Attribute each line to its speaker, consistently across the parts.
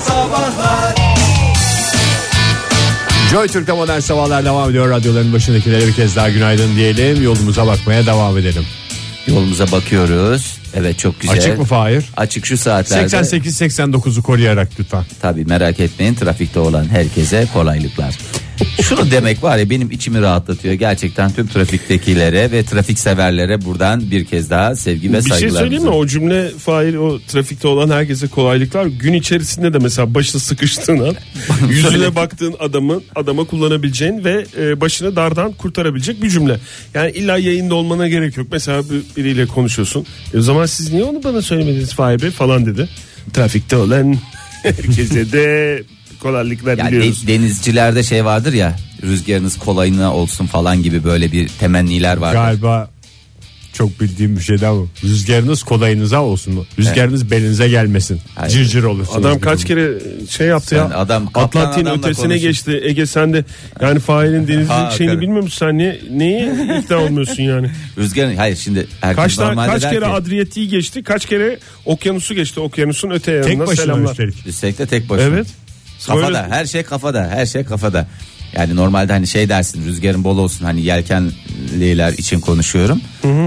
Speaker 1: Sabahlar
Speaker 2: Joy Türk'te modern sabahlar devam ediyor. Radyoların başındakilere bir kez daha günaydın diyelim. Yolumuza bakmaya devam edelim.
Speaker 3: Yolumuza bakıyoruz. Evet çok güzel.
Speaker 2: Açık mı Fahir?
Speaker 3: Açık şu saatlerde.
Speaker 2: 88-89'u koruyarak lütfen.
Speaker 3: Tabii merak etmeyin trafikte olan herkese kolaylıklar. Şunu demek var ya benim içimi rahatlatıyor. Gerçekten tüm trafiktekilere ve trafik severlere buradan bir kez daha sevgi ve
Speaker 4: Bir şey
Speaker 3: saygılarımızı.
Speaker 4: söyleyeyim mi? O cümle fail o trafikte olan herkese kolaylıklar. Gün içerisinde de mesela başını sıkıştığın an yüzüne baktığın adamın adama kullanabileceğin ve e, başını dardan kurtarabilecek bir cümle. Yani illa yayında olmana gerek yok. Mesela bir- biriyle konuşuyorsun. E, o zaman siz niye onu bana söylemediniz Fahir Bey falan dedi. Trafikte olan herkese de kolaylıklar
Speaker 3: Yani
Speaker 4: diliyoruz.
Speaker 3: de- denizcilerde şey vardır ya rüzgarınız kolayına olsun falan gibi böyle bir temenniler vardır.
Speaker 2: Galiba çok bildiğim bir şey daha bu. Rüzgarınız kolayınıza olsun mu? Rüzgarınız belinize gelmesin.
Speaker 3: Hayır.
Speaker 2: Cırcır olursunuz.
Speaker 4: Adam kaç
Speaker 2: gibi.
Speaker 4: kere şey yaptı
Speaker 3: Sen
Speaker 4: ya.
Speaker 3: adam- kaptan
Speaker 4: Atlantik'in
Speaker 3: adamla
Speaker 4: ötesine
Speaker 3: konuşun.
Speaker 4: geçti. Ege sen de yani failin denizin
Speaker 3: Ha,
Speaker 4: şeyini
Speaker 3: tabii.
Speaker 4: bilmiyor musun sen niye neyi ikna olmuyorsun yani?
Speaker 3: Rüzgar hayır şimdi herkes
Speaker 4: Kaç tane
Speaker 3: normalde
Speaker 4: kaç
Speaker 3: der
Speaker 4: kere
Speaker 3: ki,
Speaker 4: Adriyatik'i geçti, kaç kere okyanusu geçti, okyanusun öte
Speaker 2: Tek
Speaker 4: yanına
Speaker 2: başına
Speaker 4: selamlar.
Speaker 2: üstelik.
Speaker 3: Üstelik de tek başına.
Speaker 4: Evet.
Speaker 3: Kafada
Speaker 4: Böyle-
Speaker 3: her şey kafada her şey kafada. Yani normalde hani şey dersin rüzgarın bol olsun hani yelkenliler için konuşuyorum.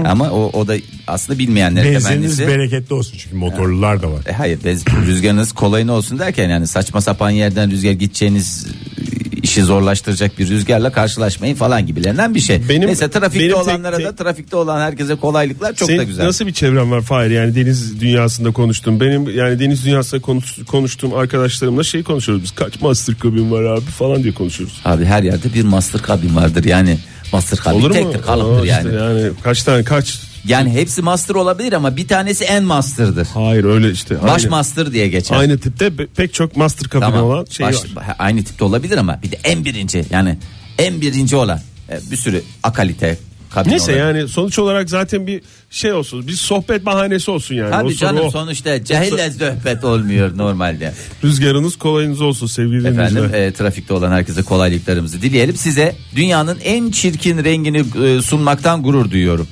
Speaker 3: Ama o, o da aslında bilmeyenlere
Speaker 2: Benzininiz
Speaker 3: temennisi.
Speaker 2: bereketli olsun çünkü motorlular da var.
Speaker 3: E, hayır bez- rüzgarınız kolayına olsun derken yani saçma sapan yerden rüzgar gideceğiniz e, işi zorlaştıracak bir rüzgarla karşılaşmayın falan gibilerinden bir şey.
Speaker 4: Benim-
Speaker 3: Neyse trafikte
Speaker 4: benim tek-
Speaker 3: olanlara da
Speaker 4: tek-
Speaker 3: trafikte olan herkese kolaylıklar çok
Speaker 4: Senin
Speaker 3: da güzel.
Speaker 4: Nasıl bir çevrem var Fahir yani deniz dünyasında konuştum. Benim yani deniz dünyasında konuş- konuştuğum arkadaşlarımla şey konuşuyoruz biz. Kaç master kabin var abi falan diye konuşuyoruz.
Speaker 3: Abi her yerde bir master kabin vardır yani. Master kabin
Speaker 4: Olur mu?
Speaker 3: tektir kalıptır
Speaker 4: Aa,
Speaker 3: yani.
Speaker 4: işte yani kaç tane kaç
Speaker 3: Yani hepsi master olabilir ama bir tanesi en master'dır.
Speaker 4: Hayır öyle işte.
Speaker 3: Baş
Speaker 4: aynı,
Speaker 3: master diye geçer.
Speaker 4: aynı tipte pe- pek çok master kabini
Speaker 3: Tamam.
Speaker 4: olan şey
Speaker 3: Baş-
Speaker 4: var.
Speaker 3: ha, aynı tipte olabilir ama bir de en birinci yani en birinci olan e, bir sürü akalite kabin
Speaker 4: Neyse
Speaker 3: olabilir.
Speaker 4: yani sonuç olarak zaten bir şey olsun. Bir sohbet bahanesi olsun yani. O
Speaker 3: Tabii
Speaker 4: soru
Speaker 3: canım
Speaker 4: o.
Speaker 3: sonuçta cahille sohbet olmuyor normalde.
Speaker 4: Rüzgarınız kolayınız olsun sevgili
Speaker 3: Efendim
Speaker 4: dinleyiciler.
Speaker 3: e, trafikte olan herkese kolaylıklarımızı dileyelim. Size dünyanın en çirkin rengini e, sunmaktan gurur duyuyorum.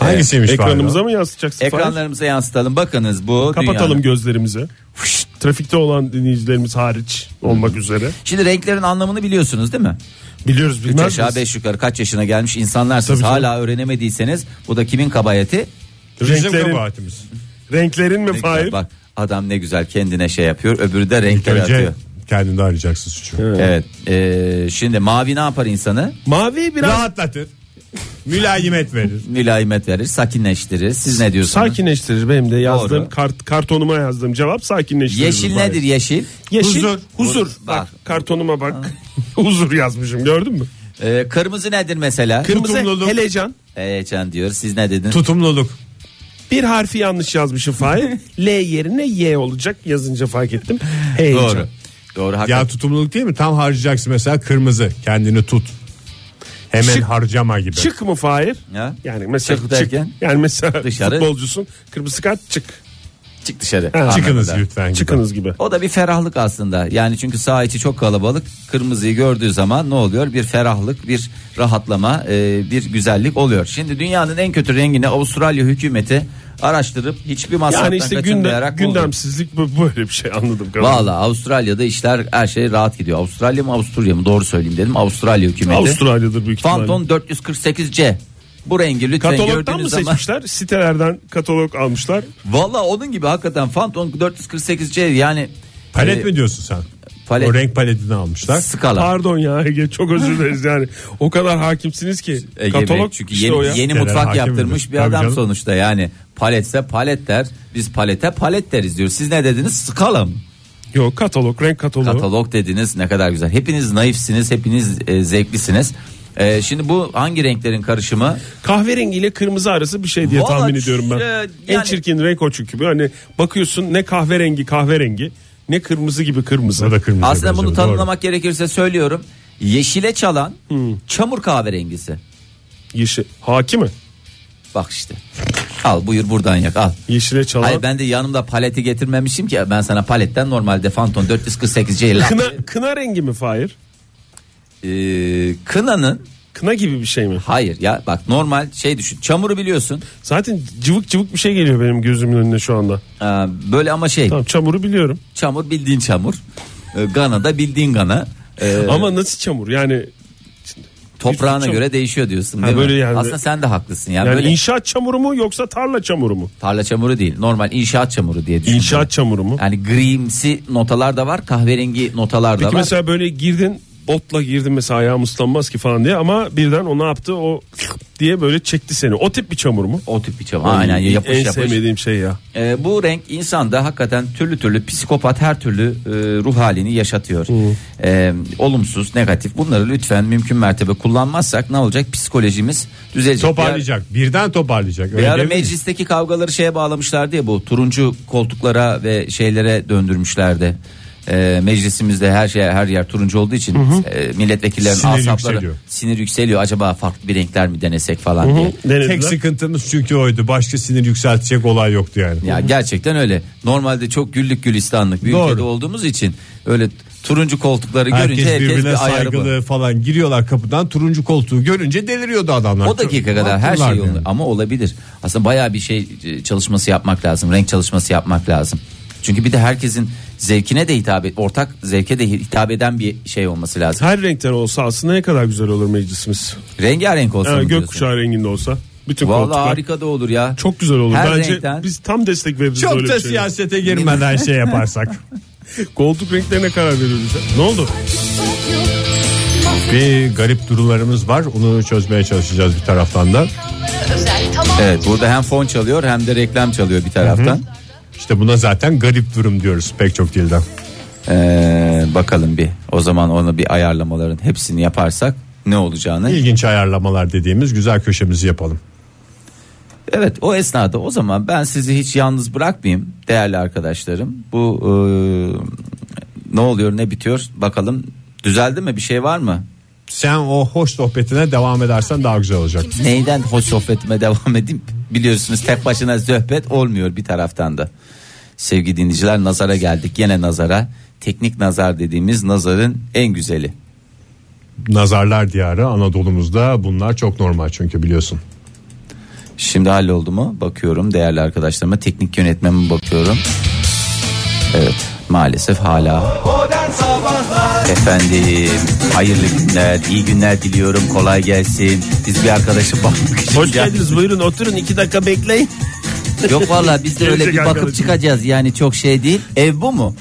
Speaker 2: Hangisiymiş
Speaker 3: e-
Speaker 2: Fahir o?
Speaker 4: Ekranımıza mı yansıtacaksın? Fahir?
Speaker 3: Ekranlarımıza yansıtalım. Bakınız bu
Speaker 4: Kapatalım
Speaker 3: dünyanın-
Speaker 4: gözlerimizi. Fışt. Trafikte olan dinleyicilerimiz hariç olmak üzere.
Speaker 3: Şimdi renklerin anlamını biliyorsunuz değil mi?
Speaker 4: Biliyoruz
Speaker 3: Üç
Speaker 4: bilmez
Speaker 3: aşağı
Speaker 4: miyiz?
Speaker 3: beş yukarı kaç yaşına gelmiş insanlarsınız.
Speaker 4: Tabii canım.
Speaker 3: Hala öğrenemediyseniz bu da kimin kabahati?
Speaker 2: Bizim
Speaker 4: Renklerin-
Speaker 2: kabahatimiz.
Speaker 4: Renklerin
Speaker 3: Ne
Speaker 4: mi Fahir?
Speaker 3: güzel Bak adam ne güzel kendine şey yapıyor. Öbürü de renkler
Speaker 2: Önce
Speaker 3: atıyor.
Speaker 2: kendinde arayacaksın suçu.
Speaker 3: Evet. e, şimdi mavi ne yapar insanı?
Speaker 4: Mavi biraz
Speaker 2: Rahatlatır. Mülayimet verir.
Speaker 3: Mülayimet verir, sakinleştirir. Siz ne diyorsunuz?
Speaker 4: sakinleştirir benim de yazdığım
Speaker 3: Doğru.
Speaker 4: kart, kartonuma yazdığım cevap sakinleştirir.
Speaker 3: Yeşil
Speaker 4: Fahir.
Speaker 3: nedir yeşil?
Speaker 4: Yeşil huzur.
Speaker 2: Huzur.
Speaker 4: Bak,
Speaker 3: Bak.
Speaker 4: kartonuma bak. huzur yazmışım gördün mü?
Speaker 3: E, kırmızı nedir mesela?
Speaker 4: Kırmızı
Speaker 2: Tutumluluk.
Speaker 4: helecan.
Speaker 3: Heyecan diyor. Siz ne dediniz?
Speaker 2: Tutumluluk.
Speaker 4: Bir harfi yanlış yazmışım Fahir. L yerine Y olacak yazınca fark ettim. Heyecan.
Speaker 3: Doğru. Doğru
Speaker 2: Ya
Speaker 3: hakikaten.
Speaker 2: tutumluluk değil mi? Tam harcayacaksın mesela kırmızı. Kendini tut. Hemen
Speaker 4: Şık-
Speaker 2: harcama gibi.
Speaker 4: Çık mı Fahir?
Speaker 3: Ya.
Speaker 4: Yani mesela
Speaker 3: Çık
Speaker 4: çık,
Speaker 3: derken?
Speaker 4: Yani mesela
Speaker 3: Dışarı.
Speaker 4: futbolcusun kırmızı kart çık.
Speaker 3: Çık dışarı.
Speaker 4: Ha.
Speaker 2: Çıkınız
Speaker 3: Anlamında.
Speaker 2: lütfen. gibi.
Speaker 4: Çıkınız gibi.
Speaker 3: O da bir ferahlık aslında. Yani çünkü saha içi çok kalabalık. Kırmızıyı gördüğü zaman ne oluyor? Bir ferahlık, bir rahatlama, e, bir güzellik oluyor. Şimdi dünyanın en kötü rengini Avustralya hükümeti araştırıp hiçbir masraftan
Speaker 4: Yani işte gündem,
Speaker 3: kaçınmayarak buldu.
Speaker 4: gündemsizlik bu- böyle bir şey anladım. kadarıyla.
Speaker 3: Valla Avustralya'da işler her şey rahat gidiyor. Avustralya mı Avusturya mı doğru söyleyeyim dedim. Avustralya hükümeti.
Speaker 4: Avustralya'dır büyük ihtimalle.
Speaker 3: Phantom 448C. Bu rengi lütfen
Speaker 4: Katalogdan mı
Speaker 3: gördüğünüz zaman.
Speaker 4: seçmişler? Sitelerden katalog almışlar.
Speaker 3: Valla onun gibi hakikaten Phantom 448C yani.
Speaker 2: Palet
Speaker 3: e,
Speaker 2: mi diyorsun sen?
Speaker 3: palet.
Speaker 2: O renk paletini almışlar.
Speaker 3: Skala.
Speaker 4: Pardon ya Ege çok özür dileriz yani. O kadar hakimsiniz ki.
Speaker 3: Ege Bey,
Speaker 4: katalog
Speaker 3: çünkü
Speaker 4: işte
Speaker 3: E, yeni,
Speaker 4: o ya.
Speaker 3: yeni
Speaker 2: Genel
Speaker 3: mutfak
Speaker 2: hakim
Speaker 3: yaptırmış
Speaker 2: müdür.
Speaker 3: bir
Speaker 2: Tabii
Speaker 3: adam
Speaker 2: canım.
Speaker 3: sonuçta yani paletse palet der biz palete palet deriz diyor siz ne dediniz skala mı
Speaker 4: Yok katalog renk kataloğu.
Speaker 3: katalog dediniz ne kadar güzel hepiniz naifsiniz hepiniz e, zevklisiniz E, şimdi bu hangi renklerin karışımı
Speaker 4: Kahverengi ile kırmızı arası bir şey diye
Speaker 3: Vallahi
Speaker 4: tahmin ediyorum ben.
Speaker 3: e,
Speaker 4: En
Speaker 3: yani-
Speaker 4: çirkin renk o çünkü. Bir Hani bakıyorsun ne kahverengi kahverengi ne kırmızı gibi kırmızı.
Speaker 2: O da kırmızı.
Speaker 3: aslında bunu
Speaker 2: Doğru.
Speaker 3: tanımlamak gerekirse söylüyorum yeşile çalan çamur kahverengisi
Speaker 4: Yeşil. Haki mi?
Speaker 3: bak işte al buyur buradan yak al
Speaker 4: Yeşile çalan.
Speaker 3: Hayır ben de yanımda paleti getirmemişim ki ben sana paletten normalde Phantom 448C ile
Speaker 4: Kına, kına rengi mi Fahir?
Speaker 3: Ee, kınanın
Speaker 4: Kına gibi bir şey mi?
Speaker 3: Hayır ya bak normal şey düşün. Çamuru biliyorsun.
Speaker 4: Zaten cıvık cıvık bir şey geliyor benim gözümün önüne şu anda.
Speaker 3: Ee, böyle ama şey
Speaker 4: Tamam çamuru biliyorum.
Speaker 3: çamur bildiğin çamur. Ee, Gana da bildiğin Gana. Ee,
Speaker 4: Ama nasıl çamur? Yani
Speaker 3: toprağına
Speaker 4: çamur.
Speaker 3: göre değişiyor diyorsun değil mi?
Speaker 4: böyle yani-
Speaker 3: Aslında sen de haklısın. Yani,
Speaker 4: yani
Speaker 3: böyle
Speaker 4: inşaat çamuru mu yoksa tarla çamuru mu?
Speaker 3: tarla çamuru değil. Normal inşaat çamuru diye düşün.
Speaker 4: İnşaat çamuru mu?
Speaker 3: Yani grimsi notalar da var, kahverengi notalar da
Speaker 4: Peki
Speaker 3: var.
Speaker 4: mesela böyle girdin botla girdin mesela ayağım ıslanmaz ki falan diye ama birden o ne yaptı o diye böyle çekti seni. O tip bir çamur mu?
Speaker 3: O tip bir çamur. Aynen yapış
Speaker 4: en
Speaker 3: yapış.
Speaker 4: sevmediğim şey ya.
Speaker 3: Ee, bu renk insanda hakikaten türlü türlü psikopat her türlü e, ruh halini yaşatıyor. Ee, olumsuz, negatif. Bunları lütfen mümkün mertebe kullanmazsak ne olacak? Psikolojimiz düzelecek.
Speaker 2: Toparlayacak. Birden toparlayacak.
Speaker 3: Bir
Speaker 2: Öyle
Speaker 3: ara
Speaker 2: değil mi?
Speaker 3: meclisteki kavgaları şeye bağlamışlardı ya bu turuncu koltuklara ve şeylere döndürmüşlerdi. Ee, meclisimizde her şey her yer turuncu olduğu için e, milletvekillerinin
Speaker 2: Sinir
Speaker 3: asapları
Speaker 2: yükseliyor.
Speaker 3: sinir yükseliyor. Acaba farklı bir renkler mi denesek falan diye.
Speaker 4: Denediler.
Speaker 2: Tek sıkıntımız çünkü oydu. Başka sinir yükseltecek olay yoktu yani.
Speaker 3: Ya gerçekten öyle. Normalde çok güllük gülistanlık bir
Speaker 2: Doğru.
Speaker 3: ülkede olduğumuz için öyle turuncu koltukları
Speaker 2: Herkes
Speaker 3: görünce herkes
Speaker 2: birbirine
Speaker 3: bir ayarı bu.
Speaker 2: saygılı falan giriyorlar kapıdan turuncu koltuğu görünce deliriyordu adamlar.
Speaker 3: O dakika
Speaker 2: Çok-
Speaker 3: kadar her şey
Speaker 2: Haklılar
Speaker 3: yolunda
Speaker 2: yani.
Speaker 3: ama olabilir. Aslında bayağı bir şey e, çalışması yapmak lazım. Renk çalışması yapmak lazım. Çünkü bir de herkesin zevkine de hitap et, ortak zevke de hitap eden bir şey olması lazım.
Speaker 4: Her renkten olsa aslında ne kadar güzel olur meclisimiz.
Speaker 3: Rengarenk olsun.
Speaker 4: Ha,
Speaker 3: mu diyorsun?
Speaker 4: gökkuşağı renginde olsa. Bütün
Speaker 3: Vallahi
Speaker 4: koltuklar.
Speaker 3: harika da olur ya.
Speaker 4: Çok güzel olur.
Speaker 3: Her
Speaker 4: Bence
Speaker 3: renkten-
Speaker 4: biz tam destek veririz
Speaker 2: Çok
Speaker 4: öyle
Speaker 2: da
Speaker 4: bir şey. şeye.
Speaker 2: siyasete girmeden şey yaparsak.
Speaker 4: Koltuk renklerine karar veririz. Ne oldu?
Speaker 2: bir garip durularımız var. Onu çözmeye çalışacağız bir taraftan da.
Speaker 3: Evet burada hem fon çalıyor hem de reklam çalıyor bir taraftan.
Speaker 2: İşte buna zaten garip durum diyoruz pek çok dilden.
Speaker 3: Ee, bakalım bir o zaman onu bir ayarlamaların hepsini yaparsak ne olacağını.
Speaker 2: İlginç ayarlamalar dediğimiz güzel köşemizi yapalım.
Speaker 3: Evet o esnada o zaman ben sizi hiç yalnız bırakmayayım değerli arkadaşlarım. Bu e, ne oluyor ne bitiyor bakalım düzeldi mi bir şey var mı?
Speaker 2: Sen o hoş sohbetine devam edersen daha güzel olacak.
Speaker 3: Neyden hoş sohbetime devam edeyim biliyorsunuz tek başına sohbet olmuyor bir taraftan da. Sevgili dinleyiciler nazara geldik gene nazara teknik nazar dediğimiz nazarın en güzeli.
Speaker 2: Nazarlar diyarı Anadolu'muzda bunlar çok normal çünkü biliyorsun.
Speaker 3: Şimdi halloldu mu? Bakıyorum değerli arkadaşlarıma teknik yönetmeme bakıyorum. Evet maalesef hala. Efendim hayırlı günler iyi günler diliyorum kolay gelsin. Biz bir arkadaşı bakmak için
Speaker 4: Hoş
Speaker 3: geldik.
Speaker 4: geldiniz buyurun oturun iki dakika bekleyin.
Speaker 3: Yok valla biz de öyle bir
Speaker 4: Gelecek
Speaker 3: bakıp
Speaker 4: arkadaşım.
Speaker 3: çıkacağız yani çok şey değil. Ev bu mu?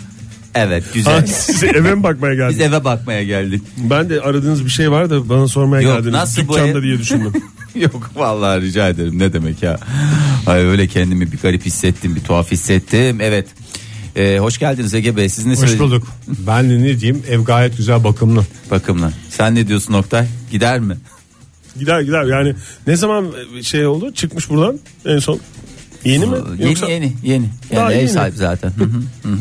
Speaker 3: Evet güzel.
Speaker 4: Siz eve mi bakmaya
Speaker 3: Biz
Speaker 4: geldiniz?
Speaker 3: eve bakmaya geldik.
Speaker 4: Ben de aradığınız bir şey var da bana sormaya
Speaker 3: Yok,
Speaker 4: geldiniz.
Speaker 3: nasıl bu
Speaker 4: Dükkanda
Speaker 3: ev?
Speaker 4: diye düşündüm.
Speaker 3: Yok vallahi rica ederim ne demek ya. Ay öyle kendimi bir garip hissettim bir tuhaf hissettim evet. Ee, hoş geldiniz Ege Bey. Siz ne
Speaker 2: Hoş
Speaker 3: söyleyeceksiniz?
Speaker 2: bulduk. Ben de ne diyeyim ev gayet güzel bakımlı.
Speaker 3: bakımlı. Sen ne diyorsun Oktay? Gider mi?
Speaker 4: gider gider yani ne zaman şey oldu çıkmış buradan en son yeni mi?
Speaker 3: yeni
Speaker 4: Yoksa
Speaker 3: yeni yeni.
Speaker 4: Daha
Speaker 3: Yani ev
Speaker 4: yeni.
Speaker 3: sahibi zaten. Hı hı.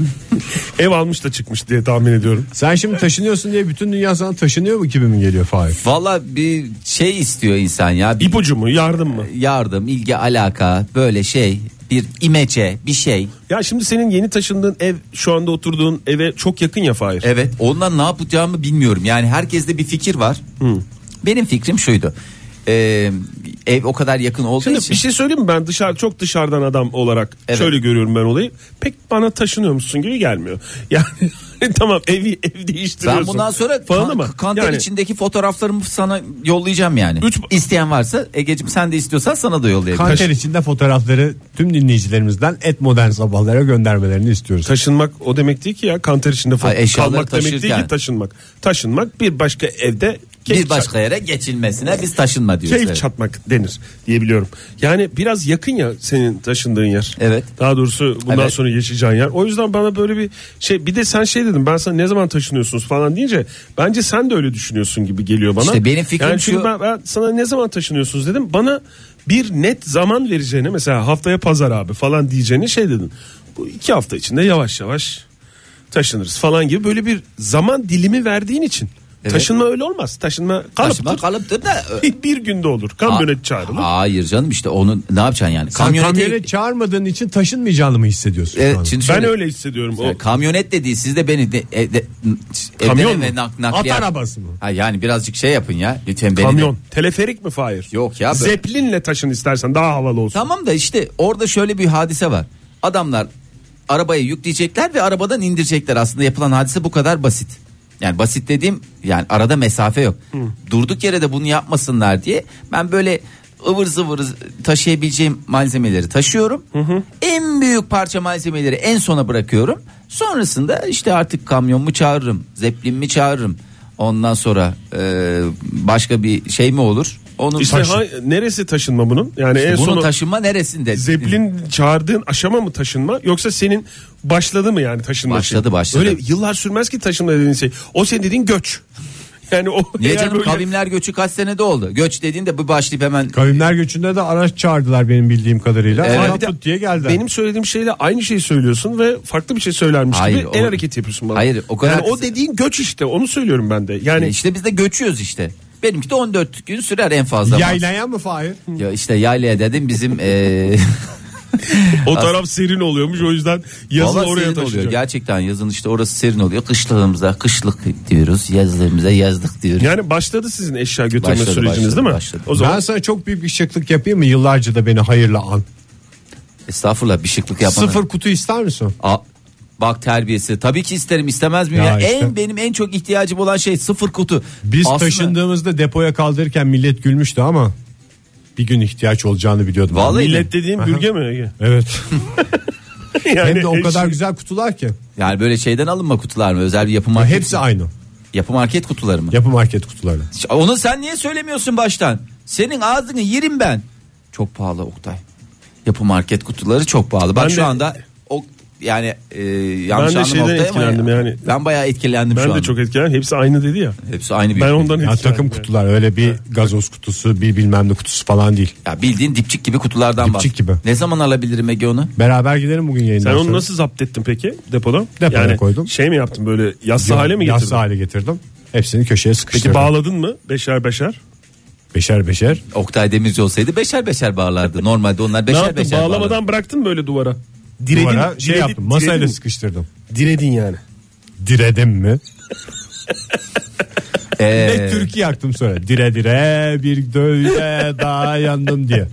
Speaker 4: ev almış da çıkmış diye tahmin ediyorum.
Speaker 2: Sen şimdi taşınıyorsun diye bütün dünya sana taşınıyor mu gibi mi geliyor Fahir?
Speaker 3: Vallahi bir şey istiyor insan ya. Bir
Speaker 4: İpucu mu yardım mı?
Speaker 3: yardım, ilgi, alaka böyle şey bir imece bir şey.
Speaker 4: Ya şimdi senin yeni taşındığın ev şu anda oturduğun eve çok yakın ya Fahir.
Speaker 3: Evet ondan ne yapacağımı bilmiyorum. Yani herkeste bir fikir var. Benim fikrim şuydu. Ee, ev o kadar yakın olduğu
Speaker 4: Şimdi
Speaker 3: için.
Speaker 4: bir şey söyleyeyim mi ben dışarı çok dışarıdan adam olarak
Speaker 3: Evet.
Speaker 4: şöyle görüyorum ben olayı. Pek bana taşınıyor musun gibi gelmiyor. Yani tamam evi ev değiştiriyorsun.
Speaker 3: Ben bundan sonra
Speaker 4: falan
Speaker 3: kan,
Speaker 4: ama
Speaker 3: kanter
Speaker 4: yani
Speaker 3: içindeki fotoğraflarımı sana yollayacağım yani.
Speaker 4: Üç-
Speaker 3: İsteyen varsa Ege'cim sen de istiyorsan sana da yollayabilirim.
Speaker 2: Kanter içinde fotoğrafları tüm dinleyicilerimizden et modern sabahlara göndermelerini istiyoruz.
Speaker 4: taşınmak o demek değil ki ya kanter içinde
Speaker 3: Ha,
Speaker 4: falan
Speaker 3: eşyaları
Speaker 4: kalmak demek değil
Speaker 3: taşırken.
Speaker 4: ki taşınmak. Taşınmak bir başka evde keyif
Speaker 3: bir başka yere geçilmesine biz taşınma diyoruz.
Speaker 4: keyif
Speaker 3: evet.
Speaker 4: çatmak denir diye biliyorum. Yani biraz yakın ya senin taşındığın yer.
Speaker 3: Evet.
Speaker 4: Daha doğrusu bundan
Speaker 3: Evet.
Speaker 4: sonra yaşayacağın yer. O yüzden bana böyle bir şey bir de sen şey dedim ben sana ne zaman taşınıyorsunuz falan deyince bence sen de öyle düşünüyorsun gibi geliyor bana.
Speaker 3: İşte benim fikrim
Speaker 4: yani çünkü
Speaker 3: şu-
Speaker 4: Ben, ben sana ne zaman taşınıyorsunuz dedim bana bir net zaman vereceğini mesela haftaya pazar abi falan diyeceğini şey dedin. Bu iki hafta içinde yavaş yavaş taşınırız falan gibi böyle bir zaman dilimi verdiğin için
Speaker 3: Evet.
Speaker 4: Taşınma öyle olmaz. Taşınma kalıptır.
Speaker 3: Taşıma kalıptır da.
Speaker 4: bir günde olur. Kamyonet çağrılır.
Speaker 3: Hayır canım işte onu ne yapacaksın yani?
Speaker 2: Sen
Speaker 3: Kamyonete-
Speaker 2: kamyona çağırmadığın için taşınmayacağını mı hissediyorsun şu
Speaker 3: Evet,
Speaker 2: anda?
Speaker 3: E, şimdi
Speaker 4: Ben
Speaker 3: şöyle-
Speaker 4: öyle hissediyorum. O
Speaker 3: Yani kamyonet dediği siz de beni de, e- de-
Speaker 4: Kamyon
Speaker 3: evden
Speaker 4: mu?
Speaker 3: eve nak,
Speaker 2: At
Speaker 3: nakliyat-
Speaker 2: arabası mı?
Speaker 3: Ha, yani birazcık şey yapın ya. Lütfen beni de-
Speaker 4: kamyon. Teleferik mi Fahir?
Speaker 3: Yok ya, böyle-
Speaker 4: Zeplinle taşın istersen daha havalı olsun.
Speaker 3: Tamam da işte orada şöyle bir hadise var. Adamlar arabaya yükleyecekler ve arabadan indirecekler. Aslında yapılan hadise bu kadar basit. Yani basit dediğim yani arada mesafe yok. Durduk yere de bunu yapmasınlar diye ben böyle ıvır zıvır taşıyabileceğim malzemeleri taşıyorum. En büyük parça malzemeleri en sona bırakıyorum. Sonrasında işte artık kamyon mu çağırırım, zeplin mi çağırırım. Ondan sonra e, başka bir şey mi olur? Onu
Speaker 4: İşte
Speaker 3: Taşı-
Speaker 4: ha- neresi taşınma bunun? Yani en
Speaker 3: bunun
Speaker 4: sonu
Speaker 3: taşınma neresinde?
Speaker 4: Zeplin çağırdığın aşama mı taşınma yoksa senin başladı mı yani taşınma?
Speaker 3: Başladı,
Speaker 4: şeyi?
Speaker 3: başladı.
Speaker 4: Öyle yıllar sürmez ki taşınma dediğin şey. O senin dediğin göç. Yani o
Speaker 3: Niye
Speaker 4: eğer
Speaker 3: canım
Speaker 4: böyle-
Speaker 3: kavimler göçü kaç senede oldu? Göç dediğinde bu başlayıp hemen
Speaker 2: Kavimler göçünde de araç çağırdılar benim bildiğim kadarıyla.
Speaker 3: Evet.
Speaker 2: Ana
Speaker 4: Bir de
Speaker 2: tut diye geldiler.
Speaker 4: Benim söylediğim şeyle aynı şeyi söylüyorsun ve farklı bir şey söylermiş
Speaker 3: Hayır,
Speaker 4: gibi
Speaker 3: o-
Speaker 4: el hareketi yapıyorsun bana.
Speaker 3: Hayır, o kadar
Speaker 4: yani o
Speaker 3: kısa-
Speaker 4: dediğin göç işte onu söylüyorum ben de. Yani
Speaker 3: işte biz de göçüyoruz işte. Benimki de 14 gün sürer en fazla.
Speaker 2: Yaylaya mı Fahir?
Speaker 3: Ya işte yaylaya dedim bizim e, eee
Speaker 4: o taraf serin oluyormuş o yüzden yazın
Speaker 3: Valla
Speaker 4: oraya
Speaker 3: serin oluyor.
Speaker 4: taşınacak.
Speaker 3: Gerçekten yazın işte orası serin oluyor. Kışlığımıza kışlık diyoruz. Yazlığımıza yazlık diyoruz.
Speaker 4: Yani başladı sizin eşya götürme
Speaker 3: Başladı,
Speaker 4: süreciniz
Speaker 3: başladı,
Speaker 4: değil mi?
Speaker 3: başladı.
Speaker 4: O zaman
Speaker 2: Ben sana çok büyük bir şıklık yapayım mı? Yıllarca da beni hayırla an.
Speaker 3: Estağfurullah bir şıklık yapmanın.
Speaker 2: Sıfır kutu ister misin?
Speaker 3: Aa, bak terbiyesi. Tabii ki isterim istemez miyim?
Speaker 2: Ya
Speaker 3: Ya
Speaker 2: işte.
Speaker 3: En benim en çok ihtiyacım olan şey sıfır kutu.
Speaker 2: Biz
Speaker 3: Aslında-
Speaker 2: taşındığımızda depoya kaldırırken millet gülmüştü ama bir gün ihtiyaç olacağını biliyordum.
Speaker 3: Vallahi
Speaker 4: millet dediğin bürge mi? Ege?
Speaker 2: Evet.
Speaker 4: Yani
Speaker 2: Hem de o kadar
Speaker 4: eşya-
Speaker 2: güzel kutular ki.
Speaker 3: Yani böyle şeyden alınma kutular mı? Özel bir yapı market.
Speaker 2: Hepsi aynı.
Speaker 3: Yapı market kutuları mı?
Speaker 2: Yapı market kutuları.
Speaker 3: Onu sen niye söylemiyorsun baştan? Senin ağzını yerim ben. Çok pahalı Oktay. Yapı market kutuları çok pahalı. Bak
Speaker 4: Ben
Speaker 3: şu
Speaker 4: de-
Speaker 3: anda ok, yani e, yanlış
Speaker 4: Ben de
Speaker 3: anlama
Speaker 4: şeyden
Speaker 3: Oktay ama
Speaker 4: etkilendim
Speaker 3: ya-
Speaker 4: yani.
Speaker 3: Ben bayağı etkilendim şu
Speaker 4: Ben
Speaker 3: anda.
Speaker 4: de çok etkilen. Hepsi aynı dedi ya.
Speaker 3: Hepsi aynı bir. şey.
Speaker 4: Ben ondan
Speaker 2: Ya
Speaker 4: etkilendim.
Speaker 2: takım kutular öyle bir gazoz kutusu bir bilmem ne kutusu falan değil.
Speaker 3: Ya bildiğin dipçik gibi kutulardan var.
Speaker 2: Dipçik gibi.
Speaker 3: Ne zaman alabilirim Ege onu?
Speaker 2: Beraber gidelim bugün yayından
Speaker 4: Sen onu
Speaker 2: sonra.
Speaker 4: nasıl zapt ettin peki depoda?
Speaker 2: Depoya
Speaker 4: yani
Speaker 2: koydum.
Speaker 4: Şey mi yaptın böyle yassı
Speaker 2: Yok,
Speaker 4: hale mi getirdin?
Speaker 2: yassı hale getirdim. Hepsini köşeye
Speaker 4: Peki
Speaker 2: sıkıştırdım.
Speaker 4: bağladın mı beşer beşer?
Speaker 2: beşer beşer.
Speaker 3: Oktay Demirci olsaydı beşer beşer bağlardı. Normalde onlar beşer
Speaker 4: ne yaptın
Speaker 3: beşer
Speaker 4: bağlamadan
Speaker 3: bağlardı.
Speaker 4: bıraktın mı böyle duvara?
Speaker 2: Duvara şey yaptım. Masayla
Speaker 4: diredin,
Speaker 2: sıkıştırdım.
Speaker 4: diredin yani.
Speaker 2: Diredim mi?
Speaker 3: Ee,
Speaker 2: Ve türkü yaktım sonra. Dire dire bir döyle daha yandım diye.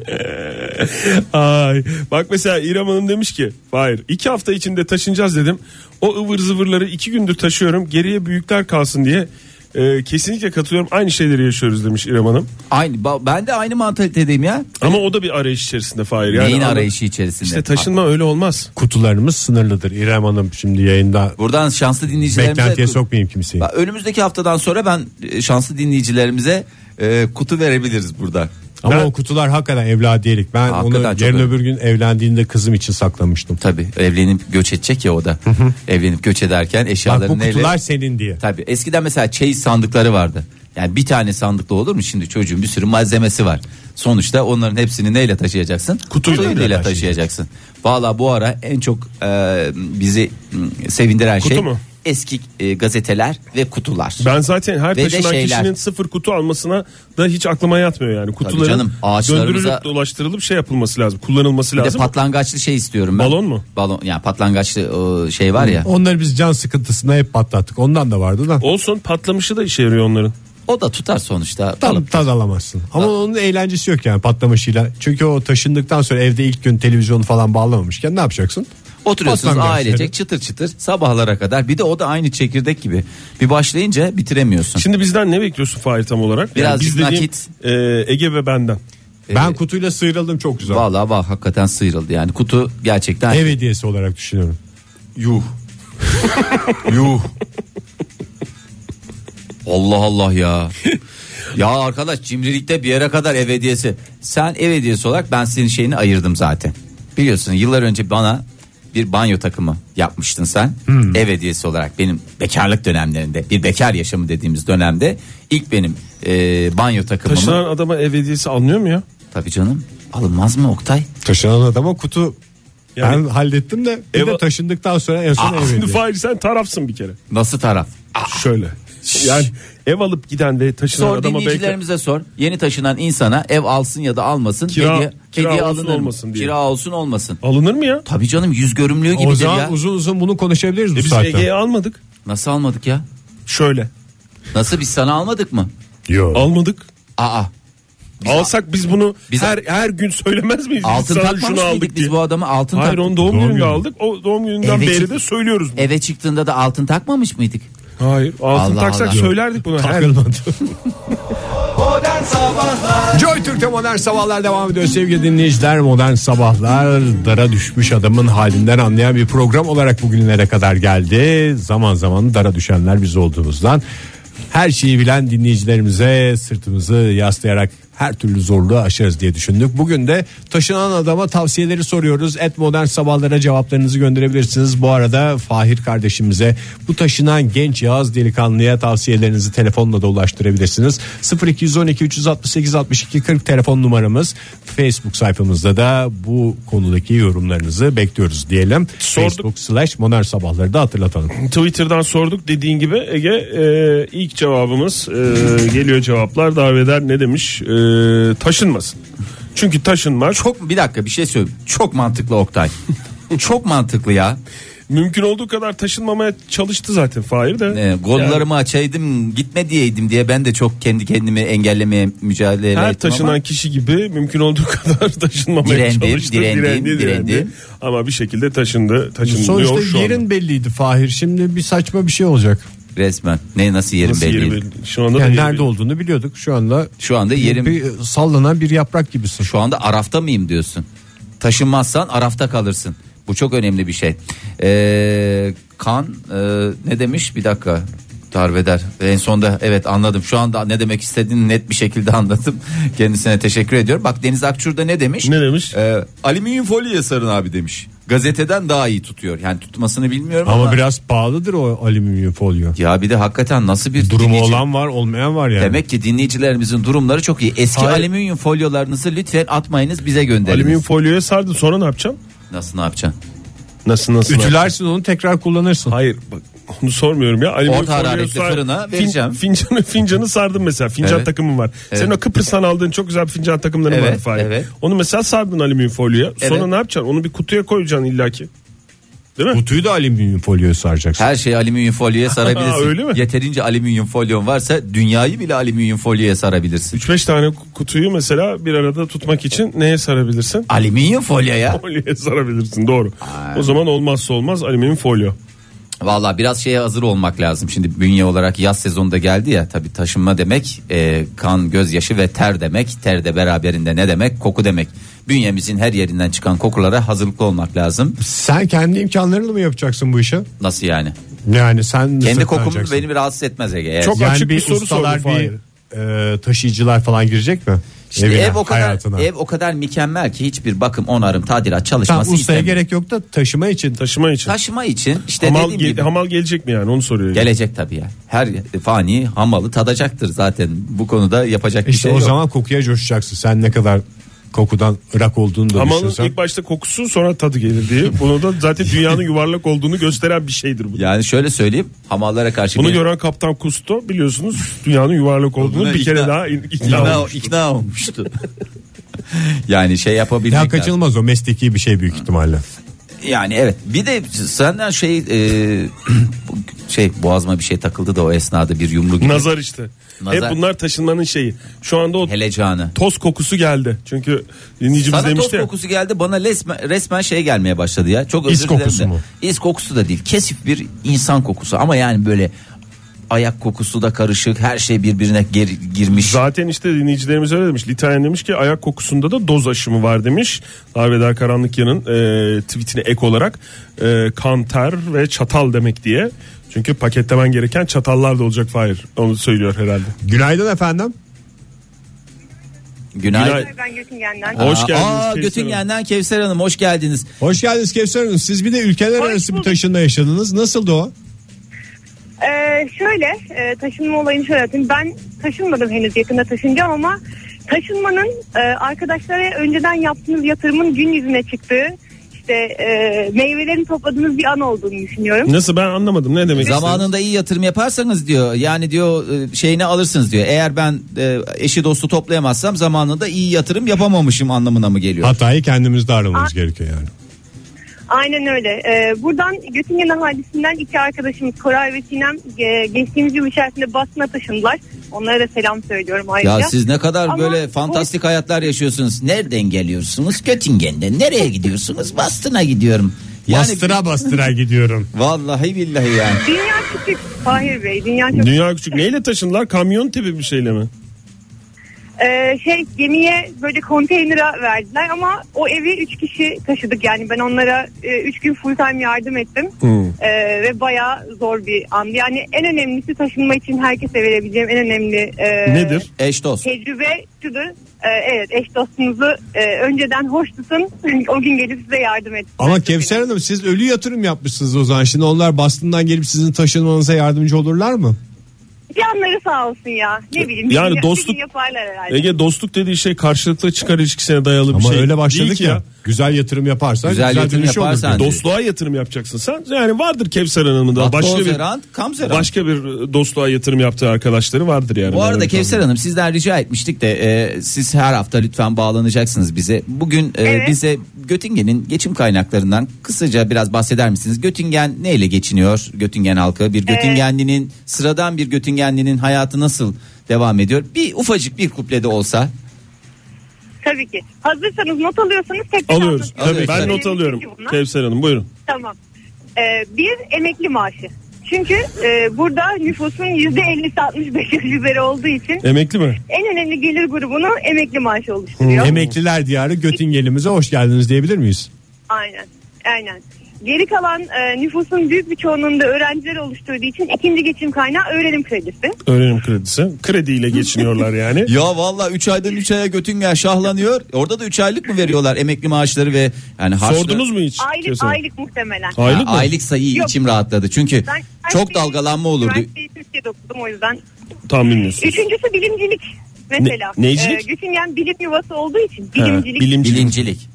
Speaker 4: Ay bak mesela İrem Hanım demiş ki hayır iki hafta içinde taşınacağız dedim. O ıvır zıvırları iki gündür taşıyorum geriye büyükler kalsın diye. Ee, kesinlikle katılıyorum aynı şeyleri yaşıyoruz demiş İrem Hanım.
Speaker 3: aynı, ba- ben de aynı mantalitedeyim ya.
Speaker 4: Ama o da bir arayış içerisinde Fahir. Yani
Speaker 3: Neyin
Speaker 4: ama
Speaker 3: arayışı içerisinde?
Speaker 4: İşte taşınma öyle olmaz.
Speaker 2: Kutularımız sınırlıdır. İrem Hanım şimdi yayında
Speaker 3: Buradan şanslı dinleyicilerimize...
Speaker 2: beklentiye sokmayayım kimseyi.
Speaker 3: Bak, Önümüzdeki haftadan sonra ben e, şanslı dinleyicilerimize e, kutu verebiliriz burada.
Speaker 2: Ama
Speaker 4: Ben-
Speaker 2: o kutular hakikaten evladiyelik. Ben onu
Speaker 3: Hakikaten çok
Speaker 2: yarın
Speaker 3: öyle.
Speaker 2: öbür gün evlendiğinde kızım için saklamıştım.
Speaker 3: Tabi evlenip göç edecek ya o da. evlenip göç ederken
Speaker 2: Bak bu
Speaker 3: eşyalarını neyle?
Speaker 2: kutular senin diye.
Speaker 3: Tabi eskiden mesela çeyiz sandıkları vardı. Yani bir tane sandıkla olur mu şimdi çocuğun bir sürü malzemesi var. Sonuçta onların hepsini neyle taşıyacaksın?
Speaker 2: Kutuyla
Speaker 3: neyle
Speaker 2: taşıyacaksın.
Speaker 3: taşıyacaksın. Valla bu ara en çok e, bizi m, sevindiren
Speaker 4: Kutu
Speaker 3: şey
Speaker 4: mu?
Speaker 3: eski e, gazeteler ve kutular.
Speaker 4: Ben zaten her
Speaker 3: Ve de
Speaker 4: taşınan
Speaker 3: şeyler.
Speaker 4: kişinin sıfır kutu almasına da hiç aklıma yatmıyor yani. Kutuların
Speaker 3: canım, ağaçlarımıza-
Speaker 4: döndürülüp dolaştırılıp şey yapılması lazım. Kullanılması
Speaker 3: Bir de
Speaker 4: lazım.
Speaker 3: patlangaçlı şey istiyorum ben.
Speaker 4: Balon mu?
Speaker 3: Balon yani patlangaçlı e, şey var ya.
Speaker 2: Onları biz can sıkıntısına hep patlattık. Ondan da vardı da.
Speaker 4: Olsun patlamışı da işe yarıyor onların.
Speaker 3: O da tutar sonuçta.
Speaker 2: Tam
Speaker 3: Alıp-
Speaker 2: tad alamazsın. Ama onun eğlencesi yok yani patlamışıyla. Çünkü o taşındıktan sonra evde ilk gün televizyonu falan bağlamamışken ne yapacaksın?
Speaker 3: Oturuyorsunuz
Speaker 2: Patlangaç
Speaker 3: ailecek
Speaker 2: yani.
Speaker 3: çıtır çıtır sabahlara kadar. Bir de o da aynı çekirdek gibi. Bir başlayınca bitiremiyorsun.
Speaker 4: Şimdi bizden ne bekliyorsun Fahir tam olarak?
Speaker 3: Birazcık
Speaker 4: biz dediğim,
Speaker 3: nakit.
Speaker 4: e, Ege ve benden.
Speaker 2: Ben kutuyla sıyrıldım çok güzel.
Speaker 3: Vallahi bak hakikaten sıyrıldı yani. Kutu gerçekten
Speaker 2: Ev hediyesi olarak düşünüyorum.
Speaker 3: yuh. yuh. Allah Allah ya. ya arkadaş cimrilikte bir yere kadar ev hediyesi. Sen ev hediyesi olarak ben senin şeyini ayırdım zaten. Biliyorsun yıllar önce bana bir banyo takımı yapmıştın sen. Ev hediyesi olarak benim bekarlık dönemlerinde bir bekar yaşamı dediğimiz dönemde ilk benim e, banyo takımımı.
Speaker 4: Taşınan adama ev hediyesi alınıyor mu ya?
Speaker 3: Tabii canım alınmaz mı Oktay?
Speaker 2: Taşınan adama kutu
Speaker 4: Yani-
Speaker 2: ben hallettim de bir
Speaker 4: Ev-
Speaker 2: de taşındıktan sonra en son ev
Speaker 4: Şimdi
Speaker 2: hediyesi.
Speaker 4: Fahir sen tarafsın bir kere.
Speaker 3: Nasıl taraf?
Speaker 4: Şöyle. Yani ev alıp giden ve taşınan
Speaker 3: Sor
Speaker 4: adama belki
Speaker 3: dinleyicilerimize sor. Yeni taşınan insana ev alsın ya da almasın.
Speaker 4: Kira-
Speaker 3: hediye,
Speaker 4: kira
Speaker 3: hediye
Speaker 4: olsun
Speaker 3: alınır mı?
Speaker 4: olmasın diye.
Speaker 3: Kira olsun olmasın.
Speaker 4: alınır mı ya? E
Speaker 3: Tabii canım yüz görümlüğü
Speaker 2: O
Speaker 3: gibidir
Speaker 2: zaman
Speaker 3: ya.
Speaker 2: uzun uzun bunu konuşabiliriz bu
Speaker 4: Biz
Speaker 2: saatte.
Speaker 4: Ege'yi almadık.
Speaker 3: Nasıl almadık ya?
Speaker 4: Şöyle.
Speaker 3: Nasıl biz sana almadık mı?
Speaker 2: Yok.
Speaker 4: Almadık.
Speaker 3: Aa.
Speaker 4: Alsak biz bunu
Speaker 3: Biz-
Speaker 4: her her gün söylemez miyiz? Biz
Speaker 3: Altın
Speaker 4: sana
Speaker 3: takmamış mıydık biz
Speaker 4: diye.
Speaker 3: bu adama? Altın
Speaker 4: Hayır
Speaker 3: tak-
Speaker 4: onu doğum,
Speaker 2: Doğum
Speaker 4: gününde
Speaker 2: günü.
Speaker 4: aldık. O doğum gününden
Speaker 3: Eve
Speaker 4: beri
Speaker 3: çık-
Speaker 4: de söylüyoruz. bunu.
Speaker 3: Eve çıktığında da altın takmamış mıydık?
Speaker 4: Hayır. Altın
Speaker 3: Allah
Speaker 4: taksak
Speaker 3: Allah.
Speaker 4: söylerdik bunu. Her
Speaker 2: Takılmadı. Joy Türk'te modern sabahlar devam ediyor sevgili dinleyiciler. Modern sabahlar dara düşmüş adamın halinden anlayan bir program olarak bugünlere kadar geldi. Zaman zaman dara düşenler biz olduğumuzdan her şeyi bilen dinleyicilerimize sırtımızı yaslayarak her türlü zorluğu aşarız diye düşündük. Bugün de taşınan adama tavsiyeleri soruyoruz. Et modern sabahlara cevaplarınızı gönderebilirsiniz. Bu arada Fahir kardeşimize bu taşınan genç yağız delikanlıya tavsiyelerinizi telefonla da ulaştırabilirsiniz. 0212 368 62 40 telefon numaramız. Facebook sayfamızda da bu konudaki yorumlarınızı bekliyoruz diyelim.
Speaker 4: Sorduk.
Speaker 2: Facebook slash modern sabahları da hatırlatalım.
Speaker 4: Twitter'dan sorduk dediğin gibi Ege e, ilk cevabımız e, geliyor cevaplar darveder ne demiş E, taşınmasın. Çünkü taşınmak
Speaker 3: Çok bir dakika bir şey söyleyeyim. Çok mantıklı Oktay. Çok mantıklı ya.
Speaker 4: mümkün olduğu kadar taşınmamaya çalıştı zaten Fahir de.
Speaker 3: Ee, gollarımı açaydım gitme diyeydim diye ben de çok kendi kendimi engellemeye mücadele
Speaker 4: Yani her
Speaker 3: ettim
Speaker 4: taşınan
Speaker 3: ama
Speaker 4: kişi gibi mümkün olduğu kadar taşınmamaya
Speaker 3: Direndim,
Speaker 4: çalıştı.
Speaker 3: direndim, direndim.
Speaker 4: Ama bir şekilde taşındı, taşınıyor
Speaker 2: Sonuçta
Speaker 4: şu
Speaker 2: yerin
Speaker 4: anda.
Speaker 2: belliydi Fahir. Şimdi bir saçma bir şey olacak.
Speaker 3: resmen ne nasıl yerim
Speaker 4: Nasıl
Speaker 3: belli.
Speaker 4: yeri
Speaker 3: değil.
Speaker 4: belli? Şu anda da
Speaker 2: Yani
Speaker 4: yeri
Speaker 2: nerede
Speaker 4: belli.
Speaker 2: olduğunu biliyorduk. Şu anda
Speaker 3: Şu anda yerim
Speaker 2: bir e, sallanan bir yaprak gibisin.
Speaker 3: şu anda arafta mıyım diyorsun. Taşınmazsan arafta kalırsın. Bu çok önemli bir şey. Ee, kan e, ne demiş bir dakika darbeder. En sonda evet anladım. Şu anda ne demek istediğini net bir şekilde anladım. Kendisine teşekkür ediyorum. Bak Deniz Akçur da ne demiş?
Speaker 4: Ne demiş?
Speaker 3: Ee, alüminyum folyoya sarın abi demiş. Gazeteden daha iyi tutuyor. Yani tutmasını bilmiyorum ama,
Speaker 2: Ama biraz pahalıdır o alüminyum folyo.
Speaker 3: ya bir de hakikaten nasıl bir
Speaker 2: Durumu
Speaker 3: dinleyici-
Speaker 2: olan var olmayan var yani.
Speaker 3: Demek ki dinleyicilerimizin durumları çok iyi. Eski
Speaker 4: Hayır.
Speaker 3: alüminyum folyolarınızı lütfen atmayınız bize gönderiniz.
Speaker 4: Alüminyum folyoya sardı sonra ne yapacaksın?
Speaker 3: Nasıl ne yapacaksın?
Speaker 4: Nasıl nasıl?
Speaker 2: Ütülersin onu tekrar kullanırsın.
Speaker 4: Hayır bak onu sormuyorum ya. Hani Alüminyum
Speaker 3: Orta
Speaker 4: folyoya
Speaker 3: hararetli fırına vereceğim.
Speaker 4: fincanı, fincanı sardım mesela. Fincan
Speaker 3: Evet.
Speaker 4: takımım var. Senin o Kıbrıs'tan aldığın çok güzel bir fincan takımların var
Speaker 3: Evet,
Speaker 4: Fahir.
Speaker 3: evet.
Speaker 4: Onu mesela sardın alüminyum folyoya. Sonra
Speaker 3: Evet.
Speaker 4: ne yapacaksın? Onu bir kutuya koyacaksın illaki. Değil mi?
Speaker 2: Kutuyu da alüminyum folyoya saracaksın.
Speaker 3: Her şeyi alüminyum folyoya sarabilirsin.
Speaker 4: Öyle mi?
Speaker 3: Yeterince alüminyum folyon varsa dünyayı bile alüminyum folyoya sarabilirsin.
Speaker 4: 3-5 tane kutuyu mesela bir arada tutmak için neye sarabilirsin?
Speaker 3: Alüminyum folyoya.
Speaker 4: Folyoya sarabilirsin doğru. O zaman olmazsa olmaz alüminyum folyo.
Speaker 3: Valla biraz şeye hazır olmak lazım. Şimdi bünye olarak yaz sezonunda geldi ya tabii taşınma demek e, kan, gözyaşı ve ter demek. Ter de beraberinde ne demek? Koku demek. Bünyemizin her yerinden çıkan kokulara hazırlıklı olmak lazım.
Speaker 2: Sen kendi imkanlarınla mı yapacaksın bu işi?
Speaker 3: Nasıl yani?
Speaker 2: Yani sen
Speaker 3: Kendi kokum
Speaker 2: kokumu
Speaker 3: beni rahatsız etmez Ege. Eğer-
Speaker 4: Çok
Speaker 2: yani
Speaker 4: açık
Speaker 2: bir,
Speaker 4: bir soru
Speaker 2: ustalar
Speaker 4: sordu
Speaker 2: bir e, taşıyıcılar falan girecek mi?
Speaker 3: İşte
Speaker 2: Evine,
Speaker 3: ev o kadar
Speaker 2: hayatına.
Speaker 3: ev o kadar mükemmel ki hiçbir bakım, onarım, tadilat
Speaker 2: Tam
Speaker 3: çalışması
Speaker 2: ustaya
Speaker 3: istemiyor.
Speaker 2: gerek yok da taşıma için.
Speaker 4: Taşıma için.
Speaker 3: Taşıma için işte
Speaker 4: hamal,
Speaker 3: dediğim
Speaker 4: ge-
Speaker 3: gibi
Speaker 4: hamal gelecek mi yani onu soruyor.
Speaker 3: gelecek tabii ya. Her fani hamalı tadacaktır zaten. Bu konuda yapacak bir
Speaker 2: İşte
Speaker 3: şey
Speaker 2: o
Speaker 3: yok.
Speaker 2: zaman kokuya coşacaksın. Sen ne kadar kokudan ırak olduğunu da
Speaker 4: Hamalın
Speaker 2: düşünsen.
Speaker 4: ilk başta kokusu sonra tadı gelir diye. Bunu da zaten dünyanın yuvarlak olduğunu gösteren bir şeydir bu.
Speaker 3: Yani şöyle söyleyeyim hamallara karşı
Speaker 4: Bunu
Speaker 3: bir-
Speaker 4: gören Kaptan Kusto biliyorsunuz dünyanın yuvarlak olduğunu
Speaker 3: Buna
Speaker 4: bir kere
Speaker 3: ikna-
Speaker 4: daha in- ikna
Speaker 3: ikna,
Speaker 4: olmuş.
Speaker 3: ikna olmuştu. yani şey yapabilmek
Speaker 2: Ya
Speaker 3: lazım.
Speaker 2: kaçınılmaz o mesleki bir şey büyük ihtimalle.
Speaker 3: Yani evet. Bir de senden şey e, şey boğazıma bir şey takıldı da o esnada bir yumru gibi.
Speaker 4: Nazar işte.
Speaker 3: Nazar.
Speaker 4: Hep bunlar taşınmanın şeyi. Şu anda o
Speaker 3: Helecanı.
Speaker 4: toz kokusu geldi. Çünkü dinleyicimiz
Speaker 3: Sana toz
Speaker 4: demişti ya.
Speaker 3: kokusu geldi bana resmen, resmen şey gelmeye başladı ya. Çok özür
Speaker 2: İz
Speaker 3: dilerim
Speaker 2: kokusu
Speaker 3: de.
Speaker 2: mu?
Speaker 3: İz kokusu da değil. Kesif bir insan kokusu ama yani böyle ayak kokusu da karışık. Her şey birbirine geri- girmiş.
Speaker 4: Zaten işte dinleyicilerimiz öyle demiş. Litanyen demiş ki ayak kokusunda da doz aşımı var demiş. Darveder Karanlıkya'nın e, tweetine ek olarak e, kan, ter ve çatal demek diye. Çünkü paketlemen gereken çatallar da olacak Fahir. Onu söylüyor herhalde.
Speaker 2: Günaydın efendim.
Speaker 3: Günaydın.
Speaker 4: Günaydın.
Speaker 1: Ben Göttingen'den.
Speaker 3: Aa,
Speaker 4: Hoş geldiniz
Speaker 3: Aa,
Speaker 4: Kevser
Speaker 3: Göttingen'den Kevser Hanım hoş geldiniz.
Speaker 2: Hoş geldiniz Kevser Hanım. Siz bir de ülkeler
Speaker 1: Hoş
Speaker 2: arası bir
Speaker 1: bulduk.
Speaker 2: taşınma yaşadınız. Nasıldı o?
Speaker 1: Ee, şöyle e, taşınma olayını şöyle anlatayım. Ben taşınmadım henüz yakında taşınacağım ama taşınmanın e, arkadaşlara önceden yaptığınız yatırımın gün yüzüne çıktığı işte e, meyvelerini topladığınız bir an olduğunu düşünüyorum.
Speaker 4: Nasıl ben anlamadım ne demek istediniz?
Speaker 3: Zamanında iyi yatırım yaparsanız diyor yani diyor e, şeyini alırsınız diyor. Eğer ben e, eşi dostu toplayamazsam zamanında iyi yatırım yapamamışım anlamına mı geliyor?
Speaker 2: Hatayı kendimizde aramamız gerekiyor yani.
Speaker 1: Aynen öyle. E, buradan Göttingen ahalisinden iki arkadaşımız Koray ve Sinem e, geçtiğimiz yıl içerisinde Boston'a taşındılar. Onlara da selam söylüyorum ayrıca.
Speaker 3: Ya siz ne kadar
Speaker 1: Ama
Speaker 3: böyle
Speaker 1: bu-
Speaker 3: fantastik hayatlar yaşıyorsunuz. Nereden geliyorsunuz? Göttingen'den. Nereye gidiyorsunuz? Bastına gidiyorum. Yani
Speaker 2: bastıra bastıra gidiyorum.
Speaker 3: vallahi billahi yani.
Speaker 1: Dünya küçük Fahir Bey. Dünya çok
Speaker 4: Dünya küçük neyle taşındılar kamyon tipi bir şeyle mi?
Speaker 1: Ee, şey gemiye böyle konteynera verdiler ama o evi 3 kişi taşıdık yani ben onlara 3 gün full time yardım ettim
Speaker 4: Hmm.
Speaker 1: Ee, ve bayağı zor bir andı yani en önemlisi taşınma için herkese verebileceğim en önemli e,
Speaker 4: Nedir?
Speaker 3: Eş dost.
Speaker 1: tecrübe şudur Ee, evet eş dostunuzu e, önceden hoş tutun o gün gelip size yardım etsin.
Speaker 2: Ama Kevser Hanım siz ölü yatırım yapmışsınız o zaman. Şimdi onlar bastından gelip sizin taşınmanıza yardımcı olurlar mı?
Speaker 1: Canları sağ olsun ya ne bileyim.
Speaker 4: Yani
Speaker 1: bir gün-
Speaker 4: dostluk-
Speaker 1: bir gün yaparlar herhalde.
Speaker 4: Ege dostluk dediği şey karşılıklı çıkar ilişkisine dayalı bir
Speaker 2: Ama
Speaker 4: şey.
Speaker 2: öyle
Speaker 4: değil
Speaker 2: başladık
Speaker 4: ki
Speaker 2: ya. Güzel yatırım yaparsan
Speaker 3: Güzel
Speaker 2: güzel,
Speaker 3: yatırım
Speaker 2: dönüşü olur.
Speaker 3: yaparsan-
Speaker 4: Dostluğa yatırım yapacaksın sen. Yani vardır Kevser Hanım'ın da
Speaker 3: Bak,
Speaker 4: başka bir
Speaker 3: Tozerant, Kamzerant.
Speaker 4: başka bir dostluğa yatırım yaptığı arkadaşları vardır yani.
Speaker 3: Bu
Speaker 4: Ben
Speaker 3: arada
Speaker 4: öyle
Speaker 3: Kevser Hanım sizden rica etmiştik de e, siz her hafta lütfen bağlanacaksınız bize. Bugün e,
Speaker 1: Evet.
Speaker 3: bize Göttingen'in geçim kaynaklarından kısaca biraz bahseder misiniz? Göttingen neyle geçiniyor? Göttingen halkı bir Göttingenlinin sıradan bir Göttingenlinin hayatı nasıl devam ediyor? Bir ufacık bir kuplede olsa.
Speaker 1: Tabii ki. Hazırsanız not alıyorsanız tekrar
Speaker 4: Alıyoruz.
Speaker 1: anlatacağım.
Speaker 4: Tabii ben
Speaker 3: Alıyoruz.
Speaker 4: not alıyorum.
Speaker 1: Çünkü bunlar-
Speaker 4: Kevser Hanım buyurun.
Speaker 1: Tamam. Ee, bir emekli maaşı. Çünkü e, burada nüfusun yüzde 50-65 üzeri olduğu için
Speaker 4: Emekli mi?
Speaker 1: en önemli gelir grubunu emekli maaşı oluşturuyor.
Speaker 2: Emekliler diyarı Göttingen'imize hoş geldiniz diyebilir miyiz?
Speaker 1: Aynen. Aynen. Geri kalan e, nüfusun büyük bir çoğunluğunda öğrenciler oluşturduğu için ikinci geçim kaynağı öğrenim kredisi.
Speaker 4: Öğrenim kredisi. Krediyle geçiniyorlar yani.
Speaker 3: Ya valla 3 aydan 3 aya Göttingen şahlanıyor. Orada da 3 aylık mı veriyorlar emekli maaşları ve yani harçlı-
Speaker 4: Sordunuz mu hiç?
Speaker 1: Aylık
Speaker 4: Kevser Hanım?
Speaker 1: aylık muhtemelen.
Speaker 3: Ya,
Speaker 4: Aylık mı?
Speaker 3: aylık sayıyı
Speaker 1: Yok.
Speaker 3: içim rahatladı. Çünkü
Speaker 1: Ben
Speaker 3: çok
Speaker 1: üniversiteyi-
Speaker 3: dalgalanma olurdu.
Speaker 1: Üniversiteyi Türkiye'de okudum o yüzden.
Speaker 4: Tam bilmiyorsunuz.
Speaker 1: Üçüncüsü bilimcilik mesela.
Speaker 4: Ne- neycilik?
Speaker 1: Ee, Göttingen bilim yuvası olduğu için
Speaker 4: Ha,
Speaker 1: bilimcilik.
Speaker 4: bilimcilik.
Speaker 3: Bilincilik.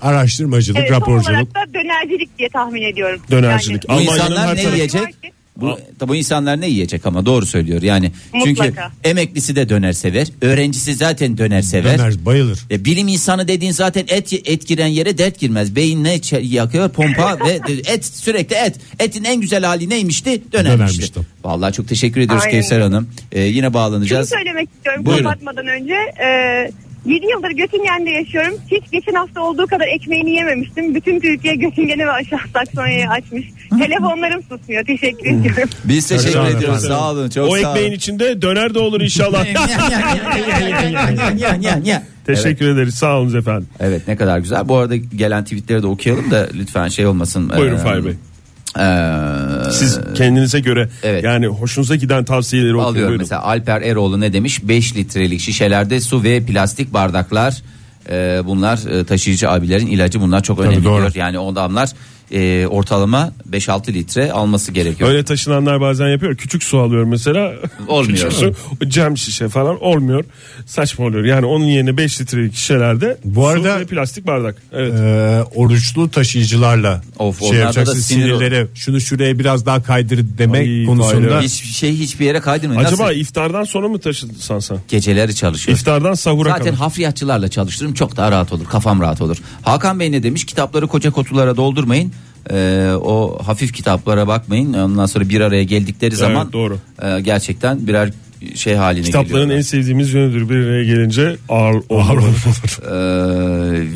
Speaker 2: Araştırmacılık,
Speaker 1: Evet, Son
Speaker 2: raporculuk.
Speaker 1: olarak da dönercilik diye tahmin ediyorum.
Speaker 4: Dönercilik.
Speaker 1: Yani,
Speaker 3: Bu
Speaker 4: Almanya'nın
Speaker 3: insanlar
Speaker 4: her
Speaker 3: ne
Speaker 4: tarafı-
Speaker 3: yiyecek? Bu, bu insanlar ne yiyecek ama doğru söylüyor yani.
Speaker 1: Mutlaka.
Speaker 3: Çünkü emeklisi de döner sever, öğrencisi zaten döner sever.
Speaker 2: Döner, bayılır.
Speaker 3: E, bilim insanı dediğin zaten et et giren yere dert girmez. Beyin ne çe- yakıyor? Pompa ve de- et sürekli et. Etin en güzel hali neymişti? Dönermişti.
Speaker 2: Dönermişti.
Speaker 3: Vallahi çok teşekkür ediyoruz
Speaker 1: Aynen.
Speaker 3: Kevser Hanım. E, yine
Speaker 1: Şunu
Speaker 3: bağlanacağız.
Speaker 1: söylemek istiyorum
Speaker 3: Buyurun.
Speaker 1: kapatmadan önce. 7 yıldır Göttingen'de yaşıyorum. Hiç geçen hafta olduğu kadar ekmeğini yememiştim. Bütün Türkiye Göttingen'i ve aşağı Saksonya'yı açmış. Telefonlarım susmuyor. Teşekkür ediyorum.
Speaker 3: Biz teşekkür
Speaker 2: Sağ olun
Speaker 3: ediyoruz.
Speaker 2: efendim.
Speaker 3: Sağ olun. Çok
Speaker 4: o
Speaker 3: sağ olun.
Speaker 4: ekmeğin içinde döner de olur inşallah.
Speaker 3: Teşekkür
Speaker 4: Teşekkür ederiz. Sağ olun efendim.
Speaker 3: Evet ne kadar güzel. Bu arada gelen tweetleri de okuyalım da lütfen şey olmasın.
Speaker 4: Buyurun
Speaker 3: Ee,
Speaker 4: Fahir Bey.
Speaker 3: ee,
Speaker 4: Siz kendinize göre
Speaker 3: evet.
Speaker 4: yani hoşunuza giden tavsiyeleri okuyun.
Speaker 3: alıyorum
Speaker 4: Buyurun.
Speaker 3: mesela Alper Eroğlu ne demiş? 5 litrelik şişelerde su ve plastik bardaklar ee, bunlar e, taşıyıcı abilerin ilacı bunlar çok önemli
Speaker 2: doğru.
Speaker 3: diyor. Yani o adamlar e, ortalama 5-6 litre alması gerekiyor.
Speaker 4: Öyle taşınanlar bazen yapıyor. Küçük su alıyor mesela.
Speaker 3: Olmuyor.
Speaker 4: Küçük su, cam şişe falan olmuyor. Saçma oluyor. Yani onun yerine 5 litrelik şişelerde
Speaker 2: Bu
Speaker 4: su
Speaker 2: arada-
Speaker 4: ve plastik bardak. Evet.
Speaker 2: Ee, oruçlu taşıyıcılarla
Speaker 3: Of,
Speaker 2: şey
Speaker 3: onlarda
Speaker 2: yapacaksın
Speaker 3: da sinir olur.
Speaker 2: sinirleri şunu şuraya biraz daha kaydır demek
Speaker 4: Ay,
Speaker 2: konusunda
Speaker 4: fayda.
Speaker 3: Hiçbir şey hiçbir yere kaydırmıyor.
Speaker 4: Acaba
Speaker 3: Nasıl?
Speaker 4: iftardan sonra mı taşıdın sen?
Speaker 3: geceleri çalışıyor.
Speaker 4: İftardan sahura
Speaker 3: Zaten
Speaker 4: kadar.
Speaker 3: hafriyatçılarla çalıştırırım çok daha rahat olur kafam rahat olur. Hakan Bey ne demiş kitapları koca kutulara doldurmayın. Ee, o hafif kitaplara bakmayın. Ondan sonra bir araya geldikleri zaman
Speaker 4: doğru.
Speaker 3: e, gerçekten birer şey haline
Speaker 4: Kitapların en
Speaker 3: geliyorlar.
Speaker 4: sevdiğimiz yönüdür. Bir araya gelince ağır olur.
Speaker 3: Ee,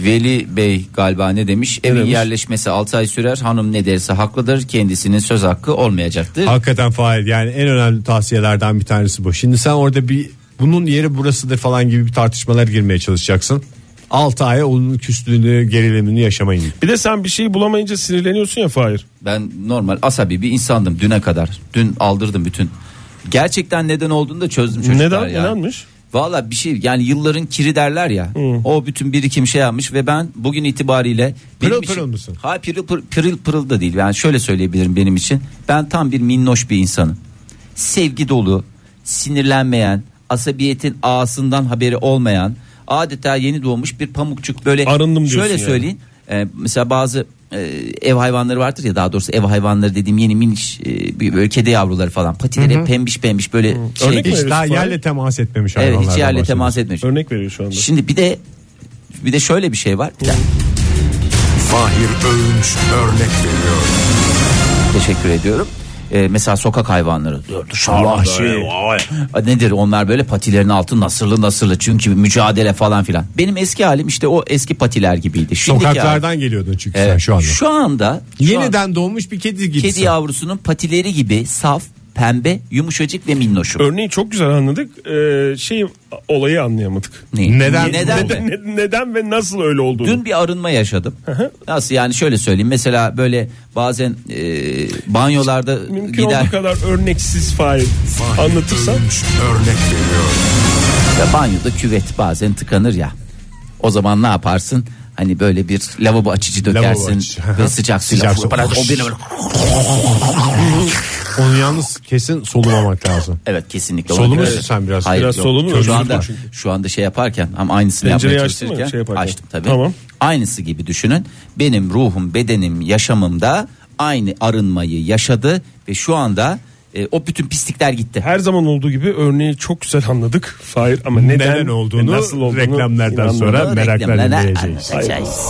Speaker 3: Veli Bey galiba ne demiş? Evin
Speaker 4: demiş?
Speaker 3: yerleşmesi 6 ay sürer. Hanım ne derse haklıdır. Kendisinin söz hakkı olmayacaktır.
Speaker 2: hakikaten fail yani en önemli tavsiyelerden bir tanesi bu. Şimdi sen orada bir bunun yeri burasıdır falan gibi bir tartışmalar girmeye çalışacaksın. 6 aya onun küslüğünü gerilimini yaşamayın.
Speaker 4: Bir de sen bir şey bulamayınca sinirleniyorsun ya Fahir.
Speaker 3: Ben normal asabi bir insandım düne kadar. Dün aldırdım bütün. Gerçekten neden olduğunu da çözdüm çocuklar
Speaker 4: Neden?
Speaker 3: ya.
Speaker 4: Nedenmiş?
Speaker 3: Valla bir şey yani yılların kiri derler ya. O bütün birikim şey yapmış ve ben bugün itibariyle benim
Speaker 2: Pırıl
Speaker 3: için-
Speaker 2: pırıl mısın?
Speaker 3: Ha pırıl pırıl, pırıl pırıl da değil. Yani şöyle söyleyebilirim benim için. Ben tam bir minnoş bir insanım. Sevgi dolu, sinirlenmeyen, asabiyetin ağasından haberi olmayan, adeta yeni doğmuş bir pamukçuk böyle
Speaker 4: Arındım diyorsun
Speaker 3: şöyle
Speaker 4: yani.
Speaker 3: söyleyeyim. E, mesela bazı e, ev hayvanları vardır ya daha doğrusu ev hayvanları dediğim yeni miniş e, bir- böyle kedi yavruları falan patileri pembiş pembiş böyle şey
Speaker 4: Örnek
Speaker 3: değil.
Speaker 4: mi?
Speaker 2: Hiç daha
Speaker 4: Fahir.
Speaker 2: yerle temas etmemiş
Speaker 3: Evet, hiç
Speaker 2: hayvanlardan
Speaker 3: yerle
Speaker 2: bahsediyoruz.
Speaker 3: temas etmemiş.
Speaker 4: Örnek veriyor şu anda.
Speaker 3: Şimdi bir de bir de şöyle bir şey var. Bir dakika,
Speaker 5: Fahir Öğünç örnek veriyor.
Speaker 3: teşekkür ediyorum. Ee, mesela sokak hayvanları Vahşi. nedir onlar böyle patilerin altı nasırlı nasırlı çünkü mücadele falan filan. Benim eski halim işte o eski patiler gibiydi. Şimdiki halim-
Speaker 2: Sokaklardan geliyordun çünkü sen
Speaker 3: Evet,
Speaker 2: şu anda.
Speaker 3: Şu anda şu an-
Speaker 2: Yeniden doğmuş bir kedi gibisin.
Speaker 3: kedi yavrusunun patileri gibi saf, pembe, yumuşacık ve minnoşum.
Speaker 4: Örneği çok güzel anladık. Ee, şey olayı anlayamadık.
Speaker 3: Ne-
Speaker 2: Neden?
Speaker 3: Neden?
Speaker 4: Neden, ne- neden ve nasıl öyle olduğunu.
Speaker 3: Dün bir arınma yaşadım. Nasıl yani şöyle söyleyeyim. Mesela böyle bazen e, banyolarda
Speaker 4: Mümkün
Speaker 3: gider
Speaker 4: olduğu kadar örneksiz fail anlatırsan.
Speaker 5: Öğünç örnek veriyor.
Speaker 3: ve banyoda küvet bazen tıkanır ya. O zaman ne yaparsın? Hani böyle bir lavabo açıcı dökersin
Speaker 2: açıcı, hı hı.
Speaker 3: ve sıcak suyla
Speaker 2: Sıcak su.
Speaker 3: fırlat- O beni böyle-
Speaker 2: Onu yalnız kesin solumamak lazım.
Speaker 3: Evet kesinlikle.
Speaker 2: Solumuşsun
Speaker 3: Ona göre-
Speaker 2: sen biraz.
Speaker 3: Hayır,
Speaker 4: Biraz
Speaker 3: yok.
Speaker 4: solunur,
Speaker 3: Şu
Speaker 4: özür
Speaker 3: anda,
Speaker 4: dilerim
Speaker 3: şu anda şey yaparken ama aynısını
Speaker 4: Pencereyi
Speaker 3: yapmaya
Speaker 4: açtın mı
Speaker 3: çalışırken
Speaker 4: şey yaparken?
Speaker 3: açtım tabii.
Speaker 4: Tamam.
Speaker 3: Aynısı gibi düşünün. Benim ruhum, bedenim, yaşamımda aynı arınmayı yaşadı ve şu anda e, o bütün pislikler gitti.
Speaker 4: Her zaman olduğu gibi örneği çok güzel anladık. Fail ama neden,
Speaker 2: Neden olduğunu
Speaker 4: ve nasıl olduğunu
Speaker 2: reklamlardan
Speaker 4: inanmadım.
Speaker 2: sonra-
Speaker 3: Reklamlara
Speaker 2: merakla dinleyeceğiz.
Speaker 3: anlatacağız.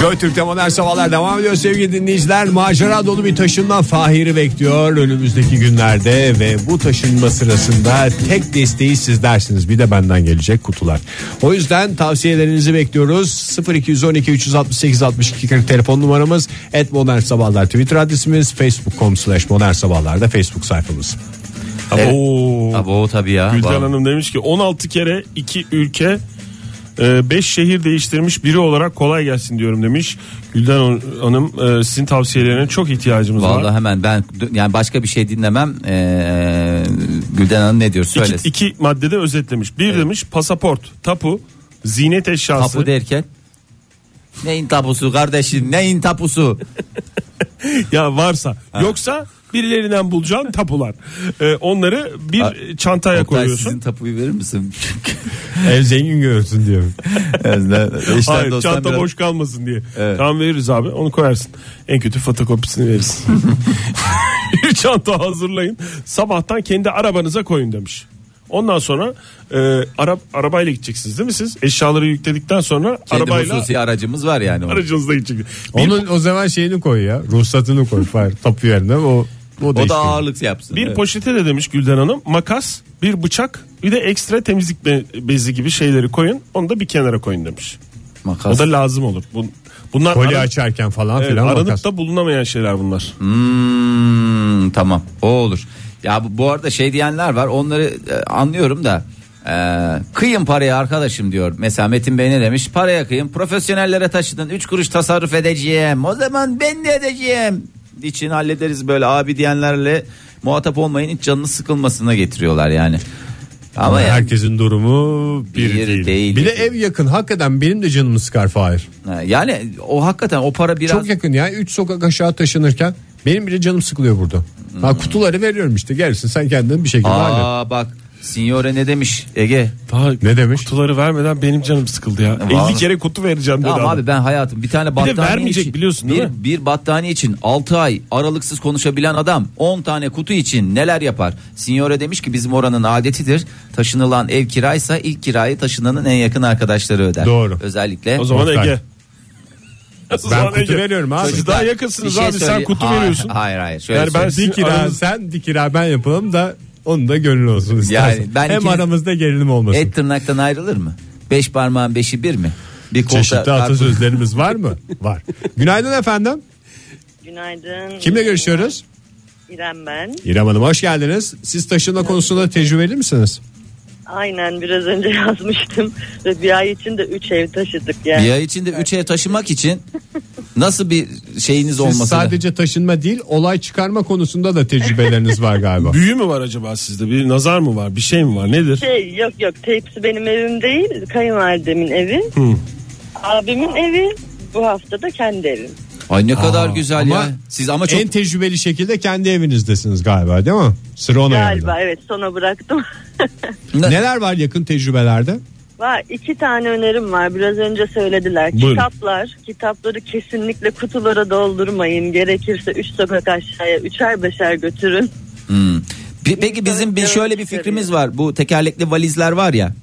Speaker 2: Joy Türk'te modern sabahlar devam ediyor sevgili dinleyiciler. Macera dolu bir taşınma Fahir'i bekliyor önümüzdeki günlerde ve bu taşınma sırasında tek desteği siz dersiniz. Bir de benden gelecek kutular. O yüzden tavsiyelerinizi bekliyoruz. 0212 368 62 40 telefon numaramız. Et modern sabahlar Twitter adresimiz. Facebook.com slash modern sabahlar da Facebook sayfamız.
Speaker 3: Evet.
Speaker 4: Oo.
Speaker 3: Abo tabii ya.
Speaker 4: Gülten
Speaker 3: Vallahi.
Speaker 4: Hanım demiş ki 16 kere 2 ülke 5 şehir değiştirmiş biri olarak kolay gelsin diyorum demiş. Gülden Hanım e, sizin tavsiyelerine çok ihtiyacımız
Speaker 3: Vallahi
Speaker 4: var.
Speaker 3: hemen ben yani başka bir şey dinlemem. Ee, Gülden Hanım ne diyor
Speaker 4: İki,
Speaker 3: söylesin.
Speaker 4: iki maddede özetlemiş. Bir demiş pasaport, tapu, zinet eşyası.
Speaker 3: Tapu derken neyin tapusu kardeşim neyin tapusu
Speaker 4: Ya varsa. Yoksa birilerinden bulacağın tapular. E, onları bir
Speaker 3: Ha. Oktay
Speaker 4: çantaya E, koyuyorsun.
Speaker 3: sizin tapuyu verir misin?
Speaker 2: Ev zengin görsün diyor.
Speaker 4: Hayır çanta boş kalmasın diye.
Speaker 3: Evet.
Speaker 4: Tamam veririz abi onu koyarsın. En kötü fotokopisini verirsin. bir çanta hazırlayın. Sabahtan kendi arabanıza koyun demiş. Ondan sonra e, ara, arabayla gideceksiniz değil mi siz? Eşyaları yükledikten sonra
Speaker 3: Kendi
Speaker 4: arabayla
Speaker 3: hususi aracımız var yani. onun.
Speaker 4: aracınızla gideceksiniz. Bir,
Speaker 2: Onun o zaman şeyini koy ya. Ruhsatını koy. Fahir. Tapu yerine o o,
Speaker 3: O da
Speaker 2: değiştiriyor.
Speaker 3: ağırlık yapsın.
Speaker 4: bir
Speaker 3: Evet.
Speaker 4: poşete de demiş Gülden Hanım makas, bir bıçak, bir de ekstra temizlik be- bezi gibi şeyleri koyun. Onu da bir kenara koyun demiş. O
Speaker 3: makas.
Speaker 4: da lazım olur. Bun- Bunlar
Speaker 2: Kolye
Speaker 4: aran-
Speaker 2: açarken falan
Speaker 4: evet,
Speaker 2: filan
Speaker 4: aranıp
Speaker 2: makas.
Speaker 4: da bulunamayan şeyler bunlar.
Speaker 3: Hmm, tamam. O olur. Ya bu, bu arada şey diyenler var. Onları e, anlıyorum da e, kıyın parayı arkadaşım diyor. Mesela Metin Bey ne demiş? Paraya kıyın. Profesyonellere taşıdın. 3 kuruş tasarruf edeceğim. O zaman ben de edeceğim. için hallederiz böyle abi diyenlerle muhatap olmayın. Hiç canınız sıkılmasına getiriyorlar yani. Ama
Speaker 2: Ama
Speaker 3: yani,
Speaker 2: herkesin durumu bir,
Speaker 3: Bir
Speaker 2: değil.
Speaker 3: değil.
Speaker 2: Bir de ev yakın. Hakikaten benim de canımı sıkar Fahir.
Speaker 3: e, yani o hakikaten o para biraz
Speaker 2: Çok yakın ya. 3 sokak aşağı taşınırken benim bile canım sıkılıyor burada. Ha, kutuları veriyorum işte. Gelsin sen kendin bir şekilde hallet.
Speaker 3: Hmm. Aa bak Signore ne demiş Ege?
Speaker 4: Daha
Speaker 2: Ne demiş?
Speaker 4: Kutuları vermeden benim canım sıkıldı ya.
Speaker 3: Vallahi.
Speaker 4: 50 kere kutu vereceğim dedi
Speaker 3: Tamam
Speaker 4: adam.
Speaker 3: abi ben hayatım bir tane battaniye
Speaker 4: vermeyecek
Speaker 3: için,
Speaker 4: biliyorsun değil
Speaker 3: bir,
Speaker 4: mi?
Speaker 3: bir battaniye için 6 ay aralıksız konuşabilen adam 10 tane kutu için neler yapar? Signore demiş ki bizim oranın adetidir. Taşınılan ev kiraysa ilk kirayı taşınanın en yakın arkadaşları öder.
Speaker 2: Doğru.
Speaker 3: Özellikle
Speaker 4: O zaman
Speaker 2: Oktay.
Speaker 4: Ege. O zaman
Speaker 2: kutu veriyorum abi.
Speaker 4: Siz
Speaker 3: Çocuklar,
Speaker 4: daha yakınsınız
Speaker 3: bir şey
Speaker 4: abi sen
Speaker 3: söyleyeyim.
Speaker 4: kutu
Speaker 3: Hayır,
Speaker 4: veriyorsun.
Speaker 3: Hayır hayır. Şöyle
Speaker 4: Yani ben
Speaker 3: söyleyeyim.
Speaker 4: sizin
Speaker 2: Dikira
Speaker 4: aranız-
Speaker 2: sen dikira ben yapalım da onun da gönül olsun istersen.
Speaker 3: ben
Speaker 2: Hem
Speaker 3: ikiniz-
Speaker 2: aramızda gerilim olmasın.
Speaker 3: et tırnaktan ayrılır mı? Beş parmağın beşi bir mi? Bir kolta
Speaker 2: Çeşitli
Speaker 3: karpuz-
Speaker 2: atasözlerimiz var mı? var. Günaydın efendim.
Speaker 6: Günaydın.
Speaker 2: Kimle görüşüyoruz?
Speaker 6: İrem ben.
Speaker 2: İrem Hanım hoş geldiniz. Siz taşınma konusunda tecrübeli misiniz?
Speaker 6: Aynen biraz önce yazmıştım. Ve bir ay içinde 3 ev taşıdık yani.
Speaker 3: Bir ay içinde 3 ev taşımak için nasıl bir şeyiniz
Speaker 2: Siz
Speaker 3: olması?
Speaker 2: sadece taşınma değil olay çıkarma konusunda da tecrübeleriniz var galiba.
Speaker 4: Büyü mü var acaba sizde? Bir nazar mı var? Bir şey mi var? Nedir?
Speaker 6: Şey yok yok tepsi benim evim değil. Kayınvalidemin evi. Abimin evi. Bu hafta da kendi evim.
Speaker 3: Ay ne kadar güzel
Speaker 2: ama
Speaker 3: ya. Siz ama çok
Speaker 2: En tecrübeli şekilde kendi evinizdesiniz galiba değil mi? Sıra ona
Speaker 6: Galiba
Speaker 2: geldi.
Speaker 6: evet sona bıraktım.
Speaker 3: Ne-
Speaker 2: Neler var yakın tecrübelerde?
Speaker 6: Var iki tane önerim var. Biraz önce söylediler.
Speaker 4: Buyurun.
Speaker 6: Kitaplar, kitapları kesinlikle kutulara doldurmayın. Gerekirse üç sokak aşağıya üçer beşer götürün.
Speaker 3: Hmm. Pe- Peki bizim bir şöyle bir fikrimiz var. Bu tekerlekli valizler var ya.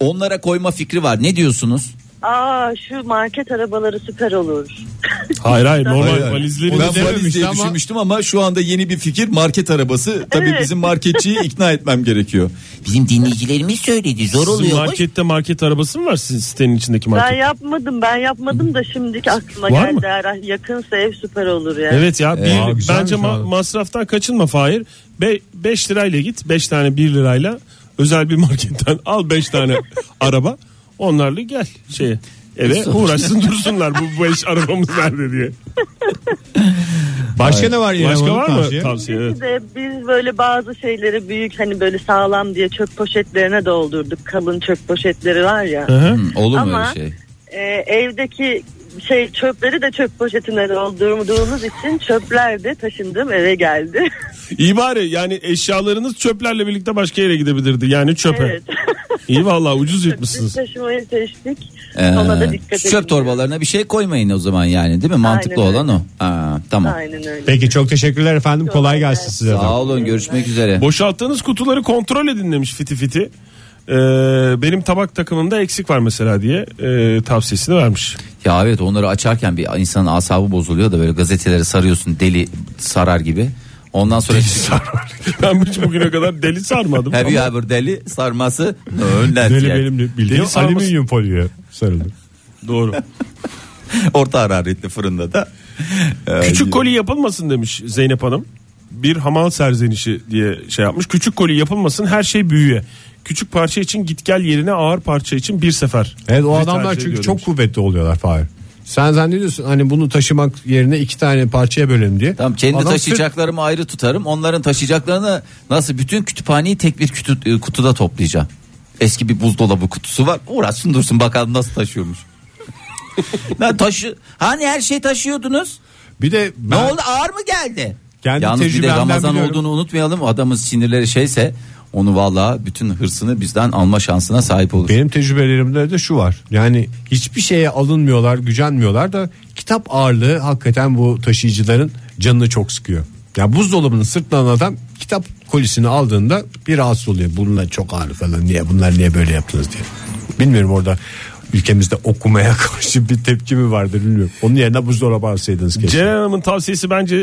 Speaker 3: Onlara koyma fikri var. Ne diyorsunuz?
Speaker 6: Aa şu market arabaları süper olur.
Speaker 4: Hayır hayır normal
Speaker 7: Hayır, hayır.
Speaker 4: valizleri
Speaker 7: ben
Speaker 4: de-
Speaker 7: valiz diye
Speaker 2: ama-
Speaker 7: düşünmüştüm ama şu anda yeni bir fikir market arabası. Tabii
Speaker 6: Evet.
Speaker 7: bizim marketçiyi ikna etmem gerekiyor.
Speaker 3: Bizim dinleyicilerimiz söyledi. Zor
Speaker 4: Sizin
Speaker 3: oluyor.
Speaker 4: markette market arabası mı var sizin sitenin içindeki
Speaker 6: Ben
Speaker 4: market?
Speaker 6: yapmadım ben yapmadım da şimdiki aklıma
Speaker 4: Var mı?
Speaker 6: geldi. Ara, yakınsa ev süper olur yani.
Speaker 4: Evet ya bir,
Speaker 2: Ee, Aa, güzelmiş
Speaker 4: bence ma-
Speaker 2: abi.
Speaker 4: masraftan kaçınma Fahir. 5 lirayla git 5 tane 1 lirayla özel bir marketten al 5 tane araba onlarla gel şeye eve uğraşsın dursunlar bu 5 arabamız nerede diye.
Speaker 2: Başka ne var yine?
Speaker 4: Başka
Speaker 2: Onun
Speaker 4: var mı
Speaker 2: tavsiye?
Speaker 4: tavsiye? Evet.
Speaker 6: Bir de biz böyle bazı şeyleri büyük hani böyle sağlam diye çöp poşetlerine doldurduk. Kalın çöp poşetleri var ya.
Speaker 3: Hmm, olur mu
Speaker 6: Ama-
Speaker 3: öyle şey?
Speaker 6: Ee, evdeki şey çöpleri de çöp poşetine doldurduğumuz için çöpler de taşındım eve geldi.
Speaker 4: İyi bari yani eşyalarınız çöplerle birlikte başka yere gidebilirdi yani çöpe.
Speaker 6: evet.
Speaker 4: İyi vallahi ucuz
Speaker 6: Biz
Speaker 4: yırtmışsınız.
Speaker 6: taşımayı seçtik.
Speaker 3: Ee,
Speaker 6: Ona da dikkat edin.
Speaker 3: çöp torbalarına bir şey koymayın o zaman yani değil mi? Mantıklı
Speaker 6: Aynen
Speaker 3: olan o. Ha, tamam.
Speaker 6: Aynen öyle.
Speaker 2: Peki çok teşekkürler efendim. Kolay gelsin size. de.
Speaker 3: Sağ olun görüşmek üzere.
Speaker 4: Boşalttığınız kutuları kontrol edin demiş Fiti Fiti. Ee, benim tabak takımımda eksik var mesela diye e, tavsiyesini vermiş.
Speaker 3: Ya evet onları açarken bir insanın asabı bozuluyor da böyle gazeteleri sarıyorsun deli sarar gibi. Ondan sonra
Speaker 4: ben hiç bugüne kadar deli sarmadım.
Speaker 3: Have
Speaker 4: Ama
Speaker 3: you ever deli sarması önler
Speaker 2: Deli
Speaker 3: yani.
Speaker 2: benim de bildiğim
Speaker 4: Deli sarması-
Speaker 2: alüminyum folyoya sarıldı.
Speaker 4: Doğru.
Speaker 3: Orta hararetli fırında da. Ee,
Speaker 4: Küçük koli yapılmasın demiş Zeynep Hanım. Bir hamal serzenişi diye şey yapmış. Küçük koli yapılmasın her şey büyüye. Küçük parça için git gel yerine ağır parça için bir sefer.
Speaker 2: Evet o
Speaker 4: Bir
Speaker 2: adamlar
Speaker 4: tercih
Speaker 2: çünkü
Speaker 4: ediyor
Speaker 2: çok
Speaker 4: demiş.
Speaker 2: kuvvetli oluyorlar Fahir. Sen zannediyorsun hani bunu taşımak yerine iki tane parçaya bölelim diye.
Speaker 3: Tamam kendi
Speaker 2: Adam
Speaker 3: taşıyacaklarımı ayrı tutarım. Onların taşıyacaklarını nasıl bütün kütüphaneyi tek bir kütü- e, kutuda toplayacağım. Eski bir buzdolabı kutusu var. Uğraşsın dursun bakalım nasıl taşıyormuş. Lan taşı hani her şey taşıyordunuz?
Speaker 2: sürekli- Bir de ben,
Speaker 3: Ne oldu ağır mı geldi?
Speaker 2: Kendi
Speaker 3: Yalnız bir de
Speaker 2: tecrübemden
Speaker 3: Ramazan
Speaker 2: biliyorum.
Speaker 3: olduğunu unutmayalım. Adamın sinirleri şeyse onu valla bütün hırsını bizden alma şansına sahip olur.
Speaker 2: benim tecrübelerimde de şu var. Yani hiçbir şeye alınmıyorlar, gücenmiyorlar da kitap ağırlığı hakikaten bu taşıyıcıların canını çok sıkıyor. Ya buzdolabının sırtlanan adam kitap kolisini aldığında bir rahatsız oluyor. Bunlar çok ağır falan niye bunlar niye böyle yaptınız diye. Bilmiyorum orada ülkemizde okumaya karşı bir tepki mi vardır bilmiyorum. Onun yerine buzdolabı alsaydınız keşke.
Speaker 4: Ceren Hanım'ın tavsiyesi bence e,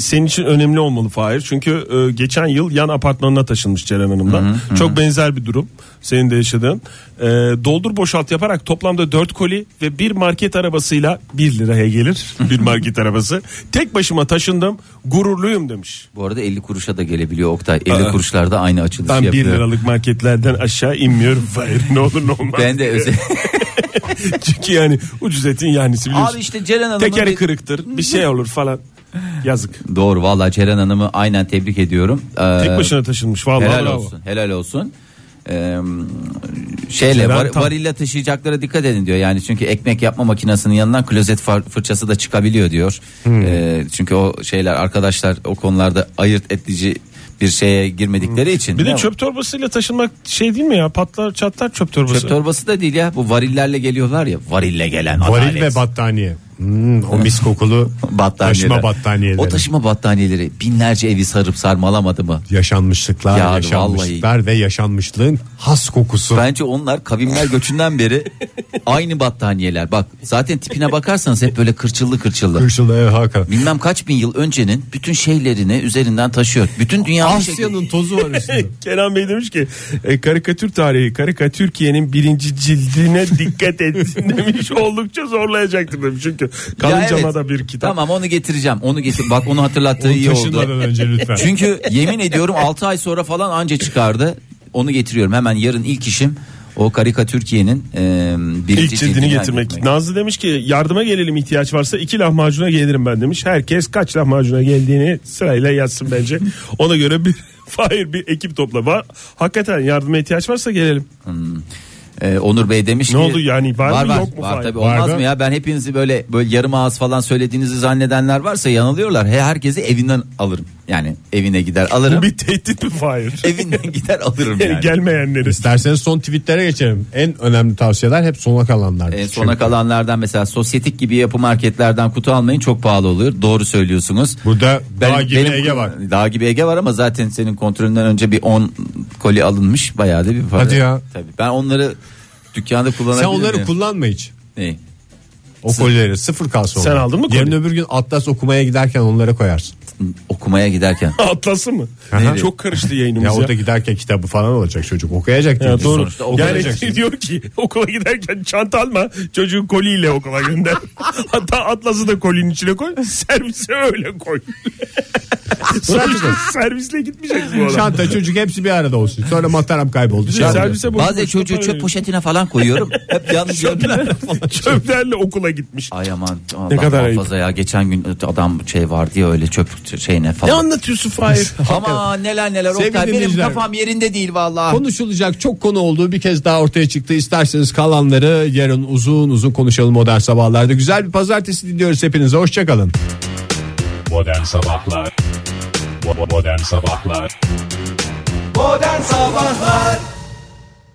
Speaker 4: senin için önemli olmalı Fahir. Çünkü e, geçen yıl yan apartmanına taşınmış Ceren Hanım'dan. Çok benzer bir durum senin de yaşadığın. E, doldur boşalt yaparak toplamda 4 koli ve bir market arabasıyla 1 liraya gelir. bir market arabası. Tek başıma taşındım gururluyum demiş.
Speaker 3: Bu arada 50 kuruşa da gelebiliyor Oktay. 50 kuruşlarda aynı açılışı
Speaker 4: Ben 1
Speaker 3: yapıyor.
Speaker 4: liralık marketlerden aşağı inmiyorum Fahir. Ne olur ne olmaz.
Speaker 3: Ben de özel.
Speaker 4: Çünkü yani ucuz etin yanisi biliyorsun.
Speaker 3: Abi işte Ceren Hanım'ın
Speaker 4: Tekeri
Speaker 3: bir-
Speaker 4: kırıktır bir şey olur falan. Yazık.
Speaker 3: Doğru valla Ceren Hanım'ı aynen tebrik ediyorum. Ee,
Speaker 4: Tek başına taşınmış vallahi
Speaker 3: helal
Speaker 4: bravo.
Speaker 3: olsun. Helal olsun. Ee, şeyle
Speaker 4: Ceren
Speaker 3: var,
Speaker 4: tam-
Speaker 3: varilla taşıyacaklara dikkat edin diyor. Yani çünkü ekmek yapma makinesinin yanından klozet far- fırçası da çıkabiliyor diyor.
Speaker 4: Hmm.
Speaker 3: Ee, çünkü o şeyler arkadaşlar o konularda ayırt edici bir şeye girmedikleri için.
Speaker 4: Hmm. Bir de
Speaker 3: Ya,
Speaker 4: çöp torbasıyla taşınmak şey değil mi ya? Patlar çatlar çöp torbası.
Speaker 3: çöp torbası da değil ya. Bu varillerle geliyorlar ya. Varille gelen
Speaker 2: Varil
Speaker 3: adalet.
Speaker 2: ve battaniye. Hmm, o mis kokulu
Speaker 3: battaniyeler.
Speaker 2: taşıma battaniyeleri.
Speaker 3: O taşıma battaniyeleri binlerce evi sarıp sarmalamadı mı?
Speaker 2: Yaşanmışlıklar,
Speaker 3: Ya
Speaker 2: yaşanmışlıklar ve yaşanmışlığın has kokusu.
Speaker 3: Bence onlar kavimler göçünden beri aynı battaniyeler. Bak zaten tipine bakarsanız hep böyle kırçıllı kırçıllı.
Speaker 2: Kırşılı ev haka.
Speaker 3: Bilmem kaç bin yıl öncenin bütün şeylerini üzerinden taşıyor. Bütün şey- dünya bu şekilde-
Speaker 2: Asya'nın tozu var üstünde.
Speaker 4: Kenan Bey demiş ki e, karikatür tarihi karikatürkiye'nin birinci cildine dikkat et demiş oldukça zorlayacaktır demiş çünkü
Speaker 3: Ya
Speaker 4: kalın
Speaker 3: evet.
Speaker 4: camada bir kitap.
Speaker 3: Tamam onu getireceğim. Onu getir. Bak onu hatırlattığı iyi
Speaker 2: Taşınmadan
Speaker 3: oldu.
Speaker 2: önce lütfen.
Speaker 3: Çünkü yemin ediyorum 6 ay sonra falan anca çıkardı. Onu getiriyorum. Hemen yarın ilk işim o Karikatürkiye'nin e, birinci
Speaker 4: İlk cildini getirmek. Nazlı demiş ki yardıma gelelim ihtiyaç varsa iki lahmacuna gelirim ben demiş. Herkes kaç lahmacuna geldiğini sırayla yazsın bence. Ona göre bir Hayır bir ekip topla. Va- Hakikaten yardıma ihtiyaç varsa gelelim.
Speaker 3: Ee, Onur Bey demiş
Speaker 4: Ne
Speaker 3: ki
Speaker 4: oldu yani? Var mı, yok mu
Speaker 3: var
Speaker 4: falan?
Speaker 3: tabii
Speaker 4: Var
Speaker 3: olmaz
Speaker 4: mı?
Speaker 3: mı ya ben hepinizi böyle böyle yarım ağız falan söylediğinizi zannedenler varsa yanılıyorlar. He herkesi evinden alırım. Yani evine gider alırım.
Speaker 4: Bu bir tehdit mi Fahir?
Speaker 3: Evinden gider alırım
Speaker 4: Yani
Speaker 3: yani.
Speaker 4: Gelmeyenleri.
Speaker 2: İsterseniz son tweetlere geçelim. En önemli tavsiyeler hep sona kalanlar.
Speaker 3: E, sona kalanlardan mesela sosyetik gibi yapı marketlerden kutu almayın çok pahalı oluyor. Doğru söylüyorsunuz.
Speaker 2: Burada
Speaker 3: Ben-
Speaker 2: dağ gibi
Speaker 3: benim-
Speaker 2: Ege var.
Speaker 3: Dağ gibi Ege var ama zaten senin kontrolünden önce bir 10 koli alınmış. Bayağı da bir para.
Speaker 2: Hadi ya.
Speaker 3: Tabii. Ben onları dükkanda kullanabilirim.
Speaker 2: Sen onları kullanma hiç.
Speaker 3: Neyi?
Speaker 2: O kolileri sıfır kalsın.
Speaker 4: Sen aldın mı koli?
Speaker 2: Yarın öbür gün Atlas okumaya giderken onlara koyarsın.
Speaker 3: Okumaya giderken.
Speaker 4: Atlas'ı mı?
Speaker 2: Aha.
Speaker 4: Çok karıştı
Speaker 2: Ya
Speaker 4: yayınımız ya.
Speaker 2: orada giderken kitabı falan olacak çocuk okuyacak.
Speaker 4: Ya
Speaker 2: çünkü.
Speaker 4: doğru.
Speaker 3: Sonuçta okula
Speaker 4: Yani
Speaker 2: gideceksin.
Speaker 4: diyor ki okula giderken çanta alma çocuğu koliyle okula gönder. Hatta atlası da kolinin içine koy servise öyle koy. Sonuçta servisle gitmeyecek bu adam.
Speaker 2: Çanta çocuk hepsi bir arada olsun. Sonra mataram kayboldu. Şey
Speaker 4: Servise
Speaker 2: yapıyor.
Speaker 4: boş
Speaker 3: Bazen
Speaker 4: boş
Speaker 3: çocuğu
Speaker 4: para
Speaker 3: çöp
Speaker 4: veriyor.
Speaker 3: poşetine falan koyuyorum. Hep yanlış yönler.
Speaker 4: Çöplerle okula gitmiş.
Speaker 3: Ay aman Allah
Speaker 4: kadar ayıp.
Speaker 3: muhafaza ya. Geçen gün adam şey vardı ya öyle çöp şeyine
Speaker 4: Ne
Speaker 3: falan.
Speaker 4: anlatıyorsun Fahir?
Speaker 3: Ama neler neler
Speaker 2: Sevgili
Speaker 3: Oktay benim
Speaker 2: dinleyiciler.
Speaker 3: kafam yerinde değil vallahi.
Speaker 2: Konuşulacak çok konu olduğu bir kez daha ortaya çıktı. İsterseniz kalanları yarın uzun uzun konuşalım modern sabahlarda. Güzel bir pazartesi diliyoruz hepinize. Hoşçakalın.
Speaker 8: Modern Sabahlar Bo- bo- Modern Sabahlar
Speaker 7: Modern Sabahlar